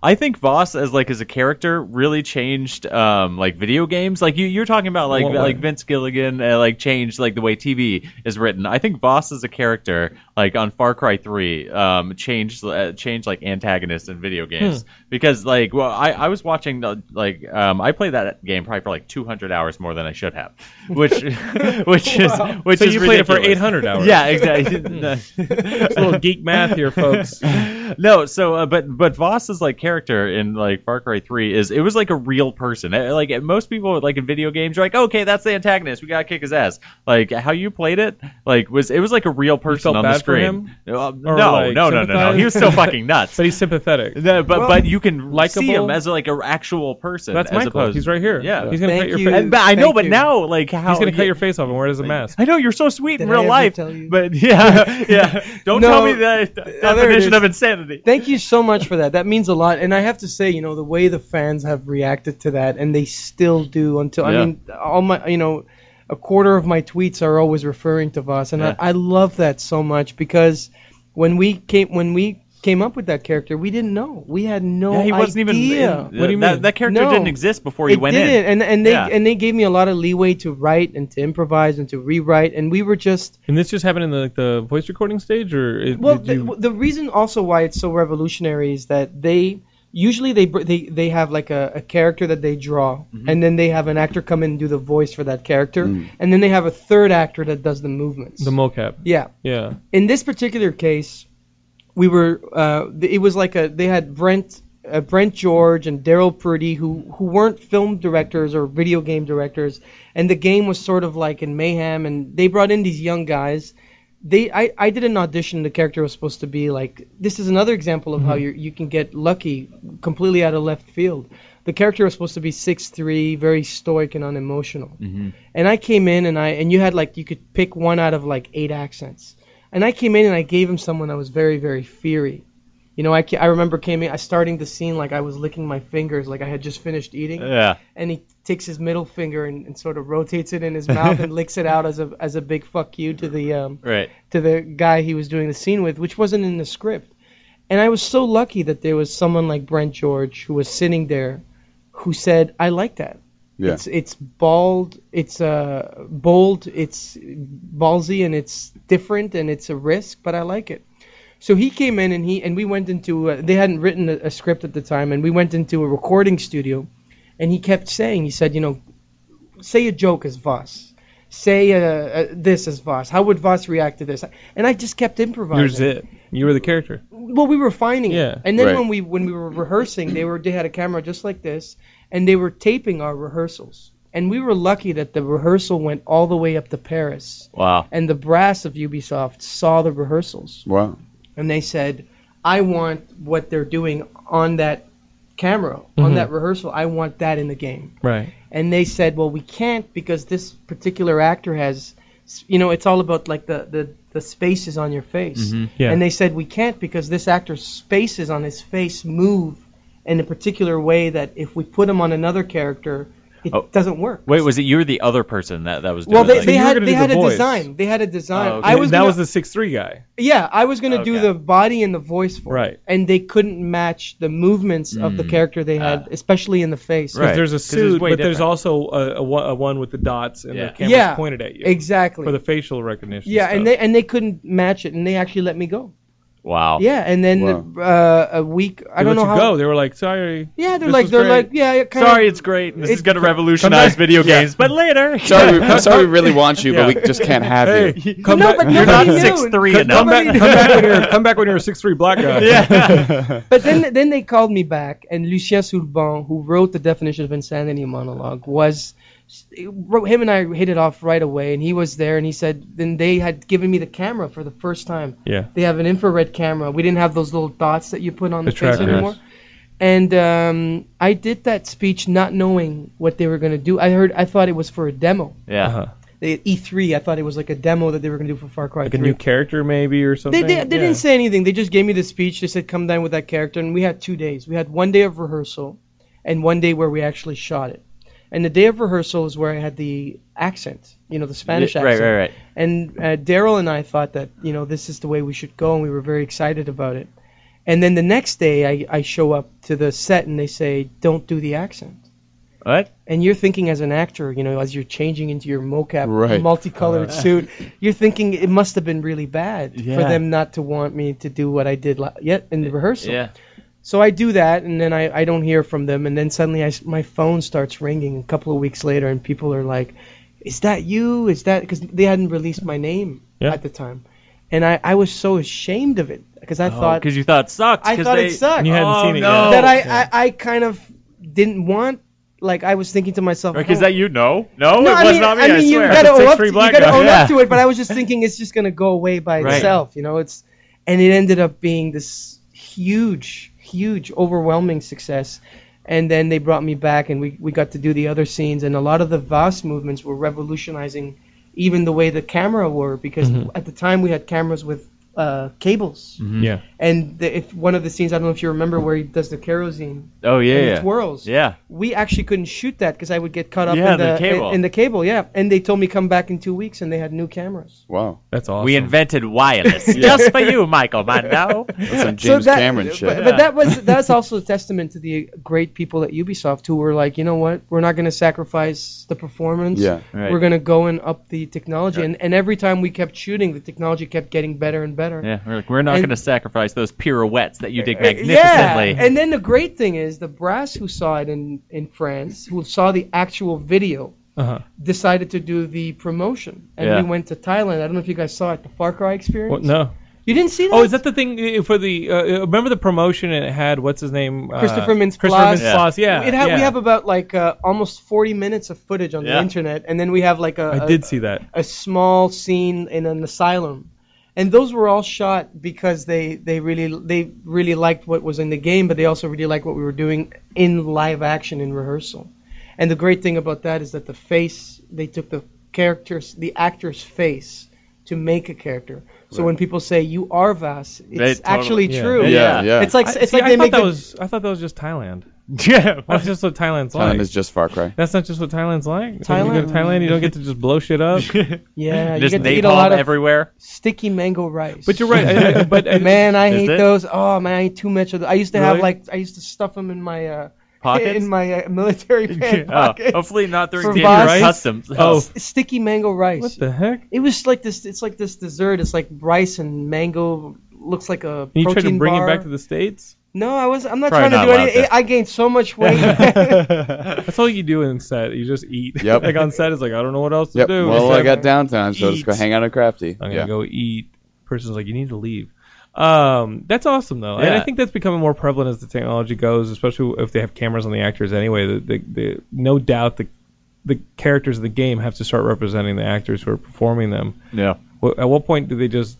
[SPEAKER 2] I think Voss as like as a character really changed um like video games. Like you you're talking about like
[SPEAKER 1] What way?
[SPEAKER 2] like Vince Gilligan uh, like changed like the way TV is written. I think Voss as a character like on Far Cry 3 um changed uh, changed like antagonists in
[SPEAKER 1] Hmm.
[SPEAKER 2] video games because like well I I was watching the, like um I played that game probably for like 200 hours more than I should have, which which is which
[SPEAKER 1] So
[SPEAKER 2] is
[SPEAKER 1] you played it for
[SPEAKER 2] ridiculous.
[SPEAKER 1] 800 hours.
[SPEAKER 2] Yeah, exactly.
[SPEAKER 1] It's a little geek math here, folks.
[SPEAKER 2] no, so uh, but but Voss's like character in like Far Cry 3 is it was like a real person. Uh, Like most people like in video games are like, "Okay, that's the antagonist. We got to kick his ass." Like how you played it like was it was like a real person
[SPEAKER 1] felt
[SPEAKER 2] on the
[SPEAKER 1] bad for
[SPEAKER 2] screen. Uh, no,
[SPEAKER 1] Or, like,
[SPEAKER 2] no, no, no, no. He was so fucking nuts.
[SPEAKER 1] But he's sympathetic.
[SPEAKER 2] No, but
[SPEAKER 4] Well,
[SPEAKER 2] but you can see
[SPEAKER 1] likable.
[SPEAKER 2] him as like an actual person.
[SPEAKER 1] That's
[SPEAKER 2] as
[SPEAKER 1] Michael.
[SPEAKER 2] Opposed,
[SPEAKER 1] he's right here.
[SPEAKER 2] Yeah.
[SPEAKER 1] He's gonna
[SPEAKER 4] Thank
[SPEAKER 1] cut
[SPEAKER 4] you.
[SPEAKER 1] your face.
[SPEAKER 2] And- but I know,
[SPEAKER 4] Thank
[SPEAKER 2] but
[SPEAKER 4] you.
[SPEAKER 2] now like how
[SPEAKER 1] He's gonna cut
[SPEAKER 2] yeah.
[SPEAKER 1] your face off and wears a mask.
[SPEAKER 2] I know you're so sweet in
[SPEAKER 4] Did
[SPEAKER 2] real
[SPEAKER 4] I ever
[SPEAKER 2] life,
[SPEAKER 4] tell you?
[SPEAKER 2] but yeah, yeah. Don't
[SPEAKER 4] No.
[SPEAKER 2] tell me the the
[SPEAKER 4] Oh, there it
[SPEAKER 2] definition
[SPEAKER 4] is.
[SPEAKER 2] of insanity.
[SPEAKER 4] Thank you so much for that. That means a lot. And I have to say, you know, the way the fans have reacted to that, and they still do until I
[SPEAKER 2] Yeah.
[SPEAKER 4] mean, all my, you know, a quarter of my tweets are always referring to Voss, and
[SPEAKER 2] Yeah.
[SPEAKER 4] I, I love that so much because when we came when we came up with that character, we didn't know. We had no
[SPEAKER 2] yeah, he wasn't
[SPEAKER 4] idea.
[SPEAKER 2] even. In,
[SPEAKER 1] What do you
[SPEAKER 2] that,
[SPEAKER 1] mean?
[SPEAKER 2] That character
[SPEAKER 4] No.
[SPEAKER 2] didn't exist before he
[SPEAKER 4] it
[SPEAKER 2] went
[SPEAKER 4] didn't.
[SPEAKER 2] in.
[SPEAKER 4] and and they
[SPEAKER 2] Yeah.
[SPEAKER 4] and they gave me a lot of leeway to write and to improvise and to rewrite, and we were just
[SPEAKER 1] And this just happened in the, like, the voice recording stage, or it,
[SPEAKER 4] Well,
[SPEAKER 1] did
[SPEAKER 4] the,
[SPEAKER 1] you-
[SPEAKER 4] w- the reason also why it's so revolutionary is that they usually they br- they they have like a, a character that they draw,
[SPEAKER 1] Mm-hmm.
[SPEAKER 4] and then they have an actor come in and do the voice for that character, and then they have a third actor that does the movements.
[SPEAKER 1] Mm. the mocap.
[SPEAKER 4] yeah.
[SPEAKER 1] Yeah.
[SPEAKER 4] In this particular case, we were uh, th- it was like a they had Brent. Uh, Brent George and Daryl Purdy, who who weren't film directors or video game directors, and the game was sort of like in mayhem, and they brought in these young guys, they I, I did an audition the character was supposed to be like this is another example of how you you can get lucky completely out of left field the character was supposed to be 6'3 very stoic and unemotional and i came in and i and you had like you could pick one out of like eight accents and i came in and i gave him someone that was very very fiery you know i, ca- I remember came in i starting the scene like i was licking my fingers like i had just finished eating
[SPEAKER 2] Yeah.
[SPEAKER 4] and he takes his middle finger and, and sort of rotates it in his mouth and licks it out as a as a big fuck you to the um
[SPEAKER 2] Right.
[SPEAKER 4] to the guy he was doing the scene with, which wasn't in the script. And I was so lucky that there was someone like Brent George who was sitting there who said, I like that.
[SPEAKER 3] Yeah.
[SPEAKER 4] It's it's bald, it's uh bold, it's ballsy and it's different and it's a risk, but I like it. So he came in and he and we went into uh they hadn't written a, a script at the time and we went into a recording studio and he kept saying he said, you know, say a joke as Voss. Say uh, uh, this as Voss. How would Voss react to this? And I just kept improvising
[SPEAKER 1] You're it. You were the character.
[SPEAKER 4] well, we were finding
[SPEAKER 1] Yeah.
[SPEAKER 4] it. And then
[SPEAKER 3] Right.
[SPEAKER 4] when we when we were rehearsing, they were they had a camera just like this, and they were taping our rehearsals. And we were lucky that the rehearsal went all the way up to Paris,
[SPEAKER 2] Wow.
[SPEAKER 4] and the brass of Ubisoft saw the rehearsals,
[SPEAKER 3] Wow.
[SPEAKER 4] and they said, "I want what they're doing on that camera, on that rehearsal. I want that in the game."
[SPEAKER 1] Right.
[SPEAKER 4] and they said, "Well, we can't because this particular actor has, you know, it's all about like the the, the spaces on your face."
[SPEAKER 1] Yeah.
[SPEAKER 4] And they said, "We can't because this actor's spaces on his face move in a particular way that if we put him on another character, it
[SPEAKER 2] Oh.
[SPEAKER 4] doesn't work."
[SPEAKER 2] Wait, was it you or the other person that that was doing
[SPEAKER 4] well, they,
[SPEAKER 2] that?
[SPEAKER 4] they
[SPEAKER 1] you were
[SPEAKER 4] had
[SPEAKER 1] gonna
[SPEAKER 4] they
[SPEAKER 1] do
[SPEAKER 4] had
[SPEAKER 1] the
[SPEAKER 4] a
[SPEAKER 1] voice.
[SPEAKER 4] design. They had a design.
[SPEAKER 2] Oh, okay.
[SPEAKER 4] I was
[SPEAKER 1] that
[SPEAKER 4] gonna,
[SPEAKER 1] was the six three guy.
[SPEAKER 4] yeah, I was gonna do
[SPEAKER 2] Okay.
[SPEAKER 4] the body and the voice for
[SPEAKER 1] Right. Mm.
[SPEAKER 4] it, and they couldn't match the movements of the character they
[SPEAKER 1] Uh,
[SPEAKER 4] had, especially in the face.
[SPEAKER 2] Right.
[SPEAKER 1] There's a
[SPEAKER 2] 'Cause it was
[SPEAKER 1] suit, but
[SPEAKER 2] way
[SPEAKER 1] there's
[SPEAKER 2] different.
[SPEAKER 1] also a, a, one- a one with the dots and
[SPEAKER 2] Yeah.
[SPEAKER 1] the camera's
[SPEAKER 4] Yeah.
[SPEAKER 1] pointed at you
[SPEAKER 4] Exactly.
[SPEAKER 1] for the facial recognition.
[SPEAKER 4] yeah,
[SPEAKER 1] stuff.
[SPEAKER 4] and they and they couldn't match it, and they actually let me go.
[SPEAKER 2] wow.
[SPEAKER 4] Yeah, and then uh, a week. I
[SPEAKER 1] Oh. They let
[SPEAKER 4] don't know
[SPEAKER 1] you
[SPEAKER 4] how.
[SPEAKER 1] go. They were like, sorry.
[SPEAKER 4] Yeah, they're
[SPEAKER 1] This
[SPEAKER 4] like
[SPEAKER 1] was
[SPEAKER 4] they're
[SPEAKER 1] great.
[SPEAKER 4] like yeah. Kind
[SPEAKER 2] Sorry,
[SPEAKER 4] of,
[SPEAKER 2] it's great. This
[SPEAKER 4] It's-
[SPEAKER 2] is gonna revolutionize video games, but later.
[SPEAKER 3] Sorry, we, sorry, we really want you, but we just can't have you.
[SPEAKER 1] Hey, come
[SPEAKER 4] no,
[SPEAKER 1] back.
[SPEAKER 4] but
[SPEAKER 2] You're not
[SPEAKER 4] nobody knew.
[SPEAKER 2] six three
[SPEAKER 4] Come-
[SPEAKER 2] enough.
[SPEAKER 1] come back,
[SPEAKER 4] nobody-
[SPEAKER 1] come back when you're come back when you're a six three black guy.
[SPEAKER 2] yeah.
[SPEAKER 4] But then then they called me back, and Lucien Sulban, who wrote the definition of insanity monologue, was him and I hit it off right away, and he was there, and he said then they had given me the camera for the first time.
[SPEAKER 1] Yeah.
[SPEAKER 4] They have an infrared camera. We didn't have those little dots that you put on the,
[SPEAKER 1] The
[SPEAKER 4] face
[SPEAKER 1] trackers.
[SPEAKER 4] anymore. And um, I did that speech not knowing what they were gonna do. I heard I thought it was for a demo.
[SPEAKER 2] Yeah.
[SPEAKER 1] Uh-huh.
[SPEAKER 4] They- E3, I thought it was like a demo that they were gonna do for Far Cry
[SPEAKER 1] Like a
[SPEAKER 4] 3.
[SPEAKER 1] new character maybe or something.
[SPEAKER 4] They, they, they didn't say anything. They just gave me the speech. They said, come down with that character. And we had two days. We had one day of rehearsal and one day where we actually shot it. And the day of rehearsal is where I had the accent, you know, the Spanish
[SPEAKER 2] Yeah, right,
[SPEAKER 4] accent.
[SPEAKER 2] right, right.
[SPEAKER 4] And uh, Daryl and I thought that, you know, this is the way we should go. And we were very excited about it. And then the next day, I, I show up to the set and they say, don't do the accent.
[SPEAKER 2] What?
[SPEAKER 4] And you're thinking as an actor, you know, as you're changing into your mocap,
[SPEAKER 3] Right.
[SPEAKER 4] multicolored suit, you're thinking it must have been really bad for
[SPEAKER 2] Uh-huh. Yeah.
[SPEAKER 4] them not to want me to do what I did la- yet in the rehearsal.
[SPEAKER 2] Yeah.
[SPEAKER 4] So I do that, and then I, I don't hear from them, and then suddenly I s my phone starts ringing a couple of weeks later, and people are like, "Is that you? Is that?" Because they hadn't released my name
[SPEAKER 1] Yeah.
[SPEAKER 4] at the time, and I, I was so ashamed of it because I thought
[SPEAKER 2] Because you thought it sucked.
[SPEAKER 4] I
[SPEAKER 2] Oh, 'cause
[SPEAKER 4] thought
[SPEAKER 2] they,
[SPEAKER 4] it sucked.
[SPEAKER 1] You hadn't
[SPEAKER 2] oh,
[SPEAKER 1] seen it
[SPEAKER 2] no.
[SPEAKER 1] yet.
[SPEAKER 4] that I, I I kind of didn't want. Like I was thinking to myself,
[SPEAKER 2] Or 'cause
[SPEAKER 4] "Oh,
[SPEAKER 2] that you know? No,
[SPEAKER 4] no,
[SPEAKER 2] it
[SPEAKER 4] I
[SPEAKER 2] was
[SPEAKER 4] mean,
[SPEAKER 2] not me.
[SPEAKER 4] I mean, you
[SPEAKER 2] swear.
[SPEAKER 4] gotta
[SPEAKER 2] Six,
[SPEAKER 4] own, up to,
[SPEAKER 2] three
[SPEAKER 4] you
[SPEAKER 2] black
[SPEAKER 4] gotta
[SPEAKER 2] guy.
[SPEAKER 4] own
[SPEAKER 2] yeah.
[SPEAKER 4] up to it. But I was just thinking it's just gonna go away by
[SPEAKER 2] Right.
[SPEAKER 4] itself, you know. It's and it ended up being this huge, huge, overwhelming success. And then they brought me back, and we we got to do the other scenes. And a lot of the Voss movements were revolutionizing even the way the camera were because at the time we had cameras with uh, cables.
[SPEAKER 1] Yeah.
[SPEAKER 4] And the, if one of the scenes, I don't know if you remember, where he does the kerosene
[SPEAKER 2] Oh, yeah.
[SPEAKER 4] and
[SPEAKER 2] yeah.
[SPEAKER 4] it twirls
[SPEAKER 2] Yeah.
[SPEAKER 4] we actually couldn't shoot that because I would get caught up
[SPEAKER 2] Yeah,
[SPEAKER 4] in
[SPEAKER 2] the
[SPEAKER 4] the,
[SPEAKER 2] cable.
[SPEAKER 4] In, in the cable. Yeah, and they told me come back in two weeks, and they had new cameras.
[SPEAKER 3] Wow.
[SPEAKER 1] That's awesome.
[SPEAKER 2] We invented wireless just for you, Michael Mando.
[SPEAKER 3] That's some James
[SPEAKER 4] that-
[SPEAKER 3] Cameron
[SPEAKER 4] but,
[SPEAKER 3] shit.
[SPEAKER 4] But that was that's also a testament to the great people at Ubisoft who were like, you know what, we're not going to sacrifice the performance.
[SPEAKER 3] Yeah.
[SPEAKER 2] Right.
[SPEAKER 4] We're going to go and up the technology. And, and every time we kept shooting, the technology kept getting better and better.
[SPEAKER 2] Yeah, we're like, we're not
[SPEAKER 4] And-
[SPEAKER 2] going to sacrifice those pirouettes that you did
[SPEAKER 4] Yeah,
[SPEAKER 2] magnificently.
[SPEAKER 4] and then the great thing is the brass who saw it in, in France, who saw the actual video,
[SPEAKER 1] Uh-huh.
[SPEAKER 4] decided to do the promotion, and
[SPEAKER 2] Yeah.
[SPEAKER 4] we went to Thailand. I don't know if you guys saw it, the Far Cry experience.
[SPEAKER 1] What, no.
[SPEAKER 4] you didn't see that.
[SPEAKER 1] Oh, is that the thing uh, for the? Uh, remember the promotion and it had what's his name? Uh,
[SPEAKER 4] Christopher Mintz-Plasse.
[SPEAKER 1] Christopher Mintz-Plasse. Yeah.
[SPEAKER 4] It had,
[SPEAKER 1] yeah.
[SPEAKER 4] We have about like uh, almost 40 minutes of footage on
[SPEAKER 2] Yeah.
[SPEAKER 4] the internet, and then we have like a
[SPEAKER 1] I
[SPEAKER 4] a-
[SPEAKER 1] did see that.
[SPEAKER 4] a small scene in an asylum, and those were all shot because they they really they really liked what was in the game, but they also really liked what we were doing in live action in rehearsal. And the great thing about that is that the face they took the characters the actor's face to make a character. So when people say you are Vas, it's
[SPEAKER 2] They totally-
[SPEAKER 4] actually
[SPEAKER 1] Yeah.
[SPEAKER 4] true.
[SPEAKER 3] Yeah, yeah.
[SPEAKER 4] It's like
[SPEAKER 1] I,
[SPEAKER 4] it's
[SPEAKER 1] see,
[SPEAKER 4] like
[SPEAKER 1] I
[SPEAKER 4] they
[SPEAKER 1] thought
[SPEAKER 4] make
[SPEAKER 1] that
[SPEAKER 4] a-
[SPEAKER 1] was. I thought that was just Thailand.
[SPEAKER 2] yeah.
[SPEAKER 1] That's just what Thailand's
[SPEAKER 3] Thailand
[SPEAKER 1] like.
[SPEAKER 3] is just Far Cry.
[SPEAKER 1] That's not just what Thailand's like. So when you go to
[SPEAKER 4] Thailand-
[SPEAKER 1] Thailand, you don't get to just blow shit up.
[SPEAKER 4] yeah. You
[SPEAKER 2] Just
[SPEAKER 4] get to eat a
[SPEAKER 2] napalm
[SPEAKER 4] lot of
[SPEAKER 2] everywhere.
[SPEAKER 4] sticky mango rice.
[SPEAKER 1] But you're right. I, I, but I,
[SPEAKER 4] Man, I
[SPEAKER 2] Is
[SPEAKER 4] hate
[SPEAKER 2] it?
[SPEAKER 4] those. Oh man, I ate too much of those. I used to have
[SPEAKER 1] Really?
[SPEAKER 4] like I used to stuff them in my uh,
[SPEAKER 2] Pockets?
[SPEAKER 4] in my uh, military pant
[SPEAKER 2] Oh,
[SPEAKER 4] pockets.
[SPEAKER 2] hopefully not during
[SPEAKER 4] For
[SPEAKER 2] the
[SPEAKER 4] Voss?
[SPEAKER 2] customs.
[SPEAKER 1] Oh.
[SPEAKER 4] S- sticky mango rice.
[SPEAKER 1] what the heck?
[SPEAKER 4] It was like this. It's like this dessert. It's like rice and mango. Looks like a
[SPEAKER 1] And you
[SPEAKER 4] protein
[SPEAKER 1] tried to bring
[SPEAKER 4] bar.
[SPEAKER 1] it back to the states?
[SPEAKER 4] No, I was. I'm not
[SPEAKER 2] Probably
[SPEAKER 4] trying
[SPEAKER 2] not
[SPEAKER 4] to do
[SPEAKER 2] allowed
[SPEAKER 4] anything.
[SPEAKER 2] to.
[SPEAKER 4] I gained so much weight.
[SPEAKER 2] Oh.
[SPEAKER 1] That's all you do in set. You just eat.
[SPEAKER 3] Yep.
[SPEAKER 1] like on set, it's like I don't know what else to
[SPEAKER 3] Yep.
[SPEAKER 1] do.
[SPEAKER 3] Well, I got
[SPEAKER 4] Eat.
[SPEAKER 3] downtime, so let's go hang out at Crafty.
[SPEAKER 1] I'm gonna
[SPEAKER 3] yeah.
[SPEAKER 1] go eat. Person's like, you need to leave. Um, that's awesome though, and I
[SPEAKER 2] Yeah.
[SPEAKER 1] think that's becoming more prevalent as the technology goes, especially if they have cameras on the actors anyway. The, the, the no doubt the the characters of the game have to start representing the actors who are performing them.
[SPEAKER 2] Yeah.
[SPEAKER 1] Wh- At what point do they just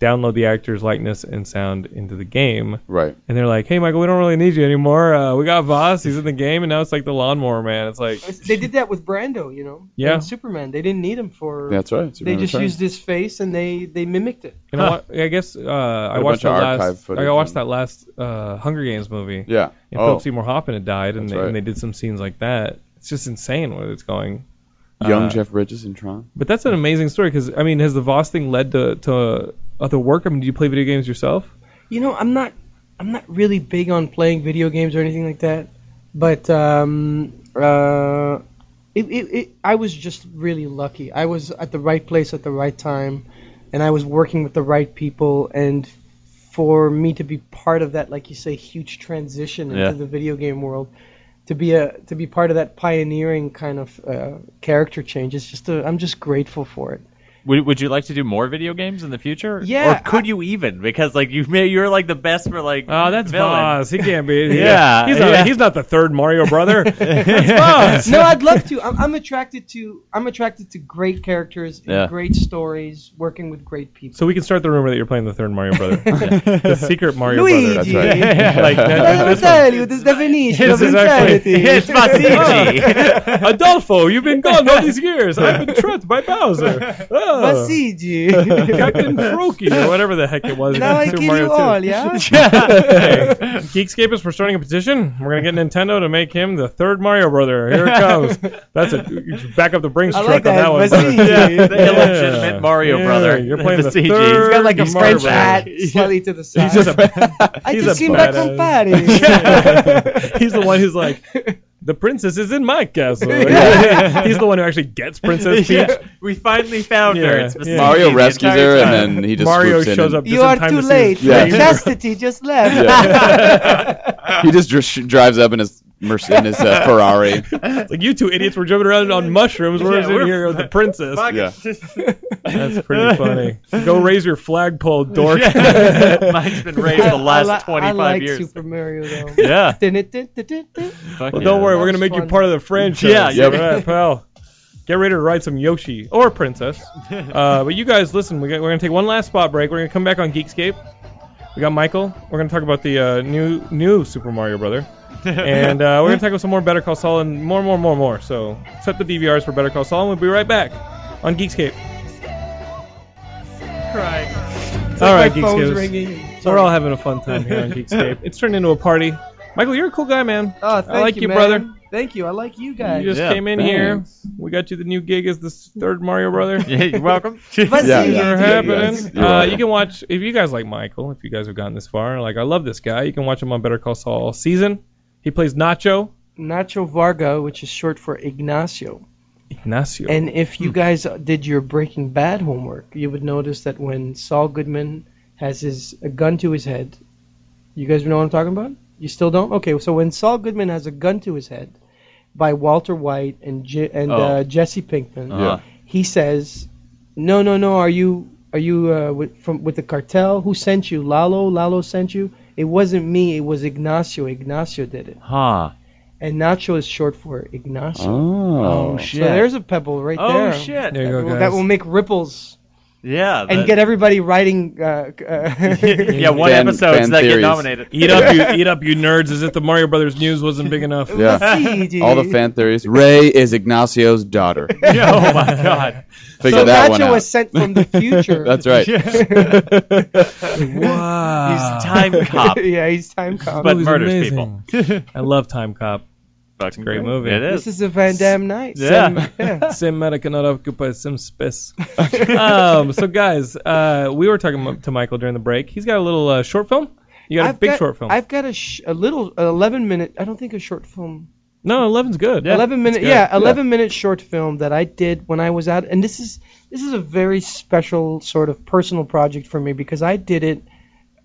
[SPEAKER 1] download the actor's likeness and sound into the game?
[SPEAKER 3] Right.
[SPEAKER 1] And they're like, hey Michael, we don't really need you anymore. Uh, we got Voss, he's in the game, and now it's like the Lawnmower Man. It's like,
[SPEAKER 4] they did that with Brando, you know.
[SPEAKER 1] Yeah.
[SPEAKER 4] And Superman. They didn't need him for.
[SPEAKER 3] That's right.
[SPEAKER 4] They just
[SPEAKER 3] Superman
[SPEAKER 4] used his face and they they mimicked it.
[SPEAKER 1] you know what? I guess uh, I
[SPEAKER 3] a
[SPEAKER 1] watched
[SPEAKER 3] bunch
[SPEAKER 1] the
[SPEAKER 3] of archive
[SPEAKER 1] last,
[SPEAKER 3] footage
[SPEAKER 1] I watched
[SPEAKER 3] and-
[SPEAKER 1] that last uh, Hunger Games movie.
[SPEAKER 3] Returns. Yeah.
[SPEAKER 1] And
[SPEAKER 3] oh,
[SPEAKER 1] Philip Seymour Hoffman had died, and
[SPEAKER 3] That's
[SPEAKER 1] they,
[SPEAKER 3] right.
[SPEAKER 1] and they did some scenes like that. It's just insane where it's going.
[SPEAKER 3] young
[SPEAKER 1] uh,
[SPEAKER 3] Jeff Bridges in Tron.
[SPEAKER 1] But that's an amazing story because I mean, has the Voss thing led to to other work? I mean, do you play video games yourself?
[SPEAKER 4] You know, I'm not I'm not really big on playing video games or anything like that, but um, uh, it, it, it, I was just really lucky. I was at the right place at the right time, and I was working with the right people. And for me to be part of that, like you say, huge transition into
[SPEAKER 2] Yeah.
[SPEAKER 4] the video game world, to be a to be part of that pioneering kind of uh, character change, it's just a, I'm just grateful for it.
[SPEAKER 2] Would, would you like to do more video games in the future? Or
[SPEAKER 4] Yeah,
[SPEAKER 2] could you even? Because like you may you're like the best for like.
[SPEAKER 1] Oh, that's
[SPEAKER 2] villain.
[SPEAKER 1] Voss. He can't be.
[SPEAKER 2] Yeah,
[SPEAKER 1] he's not.
[SPEAKER 2] yeah.
[SPEAKER 1] He's not the third Mario brother. that's Voss.
[SPEAKER 4] no, I'd love to. I'm, I'm attracted to I'm attracted to great characters, and
[SPEAKER 2] Yeah.
[SPEAKER 4] great stories, working with great people.
[SPEAKER 1] So we can start the rumor that you're playing the third Mario brother, the secret Mario
[SPEAKER 4] Luigi.
[SPEAKER 1] brother.
[SPEAKER 3] That's right.
[SPEAKER 1] Like that,
[SPEAKER 4] Devo
[SPEAKER 1] this one.
[SPEAKER 4] tell you, this definition
[SPEAKER 1] This
[SPEAKER 4] of
[SPEAKER 1] is actually-
[SPEAKER 4] insanity.
[SPEAKER 2] It's Vasici.
[SPEAKER 1] Adolfo, you've been gone all these years. I've been trapped by Bowser. Oh.
[SPEAKER 4] Basiji.
[SPEAKER 1] Captain Froakie or whatever the heck it was.
[SPEAKER 4] now I
[SPEAKER 1] Super
[SPEAKER 4] kill
[SPEAKER 1] Mario
[SPEAKER 4] you
[SPEAKER 1] 2.
[SPEAKER 4] all, yeah?
[SPEAKER 1] Geekscape is for starting a petition. We're gonna get Nintendo to make him the third Mario brother. Here it comes. That's a you should back up the Brinks
[SPEAKER 4] I
[SPEAKER 1] truck
[SPEAKER 4] like that.
[SPEAKER 1] on that one.
[SPEAKER 4] Basiji.
[SPEAKER 2] yeah, the
[SPEAKER 1] Yeah.
[SPEAKER 2] illegitimate Mario
[SPEAKER 1] Yeah,
[SPEAKER 2] brother.
[SPEAKER 1] you're playing the
[SPEAKER 2] CG.
[SPEAKER 1] third
[SPEAKER 2] He's got like a
[SPEAKER 1] Mario
[SPEAKER 2] French
[SPEAKER 1] brother.
[SPEAKER 2] hat.
[SPEAKER 4] Slightly to the side.
[SPEAKER 1] He's just a,
[SPEAKER 4] I
[SPEAKER 1] he's
[SPEAKER 4] just
[SPEAKER 1] a
[SPEAKER 4] came back from Paris.
[SPEAKER 1] badass. he's the one who's like, the princess is in my castle. he's the one who actually gets Princess Peach.
[SPEAKER 2] Yeah, we finally found her.
[SPEAKER 1] Yeah,
[SPEAKER 2] It's
[SPEAKER 1] yeah.
[SPEAKER 2] Mrs.
[SPEAKER 3] Mario
[SPEAKER 2] Peach the
[SPEAKER 3] rescues
[SPEAKER 2] entire
[SPEAKER 3] her,
[SPEAKER 2] time.
[SPEAKER 3] and then he just
[SPEAKER 1] Mario
[SPEAKER 3] swoops in
[SPEAKER 1] shows
[SPEAKER 3] and-
[SPEAKER 1] up. Just
[SPEAKER 4] you
[SPEAKER 1] in
[SPEAKER 4] are
[SPEAKER 1] time
[SPEAKER 4] too
[SPEAKER 1] to see
[SPEAKER 4] late.
[SPEAKER 1] his
[SPEAKER 3] Yeah.
[SPEAKER 1] dream.
[SPEAKER 4] Chastity just left.
[SPEAKER 3] He just dr- sh- drives up in his Merce- in his uh, Ferrari.
[SPEAKER 1] It's like you two idiots were jumping around on mushrooms. We're
[SPEAKER 2] Yeah,
[SPEAKER 1] in
[SPEAKER 2] we're-
[SPEAKER 1] here with the princess.
[SPEAKER 2] Fuck,
[SPEAKER 3] Yeah.
[SPEAKER 2] it's just-
[SPEAKER 1] That's pretty funny. Go raise your flagpole, dork.
[SPEAKER 2] Yeah. Mine's been raised the last
[SPEAKER 4] I, li-
[SPEAKER 2] 25
[SPEAKER 4] I like
[SPEAKER 2] years.
[SPEAKER 4] Super Mario though.
[SPEAKER 2] Yeah.
[SPEAKER 4] Dun-dun-dun-dun-dun.
[SPEAKER 2] Fuck
[SPEAKER 1] Well,
[SPEAKER 2] yeah.
[SPEAKER 1] don't worry, we're
[SPEAKER 4] That
[SPEAKER 1] gonna
[SPEAKER 4] was
[SPEAKER 1] make you
[SPEAKER 4] fun.
[SPEAKER 1] part of the franchise.
[SPEAKER 2] Yeah,
[SPEAKER 3] Yep.
[SPEAKER 1] All right, pal. Get ready to ride some Yoshi or Princess. Uh, but you guys, listen, we got, we're gonna take one last spot break. We're gonna come back on Geekscape. We got Michael. We're gonna talk about the uh, new new Super Mario Brother, and uh, we're gonna talk about some more Better Call Saul and more, more, more, more. So set the DVRs for Better Call Saul, and we'll be right back on Geekscape.
[SPEAKER 4] It's
[SPEAKER 1] All
[SPEAKER 4] like
[SPEAKER 1] right,
[SPEAKER 4] my phone's
[SPEAKER 1] Geekscape.
[SPEAKER 4] ringing.
[SPEAKER 1] We're all having a fun time here on Geekscape. It's turned into a party. Michael, you're a cool guy, man.
[SPEAKER 4] Oh, thank
[SPEAKER 1] I like you,
[SPEAKER 4] man.
[SPEAKER 1] brother.
[SPEAKER 4] Thank you. I like you
[SPEAKER 1] You
[SPEAKER 4] guys.
[SPEAKER 1] just
[SPEAKER 2] Yeah,
[SPEAKER 1] came in
[SPEAKER 3] thanks.
[SPEAKER 1] here. We got you the new gig as the s- third Mario brother.
[SPEAKER 2] Yeah, you're welcome.
[SPEAKER 3] Yeah,
[SPEAKER 4] But see,
[SPEAKER 1] Things are
[SPEAKER 3] yeah,
[SPEAKER 1] happening.
[SPEAKER 3] You're
[SPEAKER 1] uh,
[SPEAKER 3] welcome.
[SPEAKER 1] you can watch if you guys like Michael. If you guys have gotten this far, like I love this guy. You can watch him on Better Call Saul all season. He plays Nacho
[SPEAKER 4] Nacho Varga, which is short for Ignacio.
[SPEAKER 1] Ignacio.
[SPEAKER 4] And if you
[SPEAKER 2] Hmm.
[SPEAKER 4] guys did your Breaking Bad homework, you would notice that when Saul Goodman has his a gun to his head, you guys know what I'm talking about? You still don't? Okay, so when Saul Goodman has a gun to his head by Walter White and Je- and
[SPEAKER 2] Oh.
[SPEAKER 4] uh, Jesse Pinkman,
[SPEAKER 2] Uh-huh.
[SPEAKER 4] he says, "No, no, no. Are you are you uh, with, from with the cartel? Who sent you? Lalo? Lalo sent you? It wasn't me. It was Ignacio. Ignacio did it.
[SPEAKER 2] Huh.
[SPEAKER 4] And Nacho is short for Ignacio.
[SPEAKER 3] Oh,
[SPEAKER 2] shit.
[SPEAKER 4] So there's a pebble right
[SPEAKER 2] Oh,
[SPEAKER 4] there.
[SPEAKER 2] shit.
[SPEAKER 1] there you
[SPEAKER 4] That
[SPEAKER 1] go,
[SPEAKER 4] will-
[SPEAKER 1] guys.
[SPEAKER 4] that will make ripples
[SPEAKER 2] Yeah.
[SPEAKER 4] and
[SPEAKER 2] that-
[SPEAKER 4] get everybody writing. Uh, uh,
[SPEAKER 2] yeah, one
[SPEAKER 3] Fan-
[SPEAKER 2] episode
[SPEAKER 3] fan
[SPEAKER 2] that get
[SPEAKER 3] theories.
[SPEAKER 2] nominated.
[SPEAKER 1] eat up, you eat up, you nerds! As if the Mario Brothers news wasn't big enough.
[SPEAKER 3] Yeah.
[SPEAKER 4] CG.
[SPEAKER 3] All the fan theories. Ray is Ignacio's daughter.
[SPEAKER 2] Yeah, oh my god.
[SPEAKER 3] Figure
[SPEAKER 4] so
[SPEAKER 3] that
[SPEAKER 4] Nacho
[SPEAKER 3] one out.
[SPEAKER 4] was sent from the future.
[SPEAKER 3] That's right.
[SPEAKER 1] Wow.
[SPEAKER 2] He's time cop,
[SPEAKER 4] yeah, he's time cop.
[SPEAKER 2] but
[SPEAKER 1] It was
[SPEAKER 2] murders
[SPEAKER 1] amazing.
[SPEAKER 2] people.
[SPEAKER 1] I love Time Cop.
[SPEAKER 2] Fucking
[SPEAKER 1] great movie.
[SPEAKER 2] It is.
[SPEAKER 4] this is a Van Damme night.
[SPEAKER 2] Yeah.
[SPEAKER 4] Some-
[SPEAKER 1] Sim Medica not occupy some space.
[SPEAKER 2] Uh,
[SPEAKER 1] um, so guys, uh, we were talking mo- to Michael during the break. He's got a little uh, short film. You got a
[SPEAKER 4] I've
[SPEAKER 1] big
[SPEAKER 4] got-
[SPEAKER 1] short film.
[SPEAKER 4] I've got a, sh- a little a 11 minute. I don't think a short film.
[SPEAKER 1] no, 11's good.
[SPEAKER 4] 11 minute.
[SPEAKER 1] good.
[SPEAKER 4] Yeah, 11 minute short film that I did when I was out. And this is this is a very special sort of personal project for me because I did it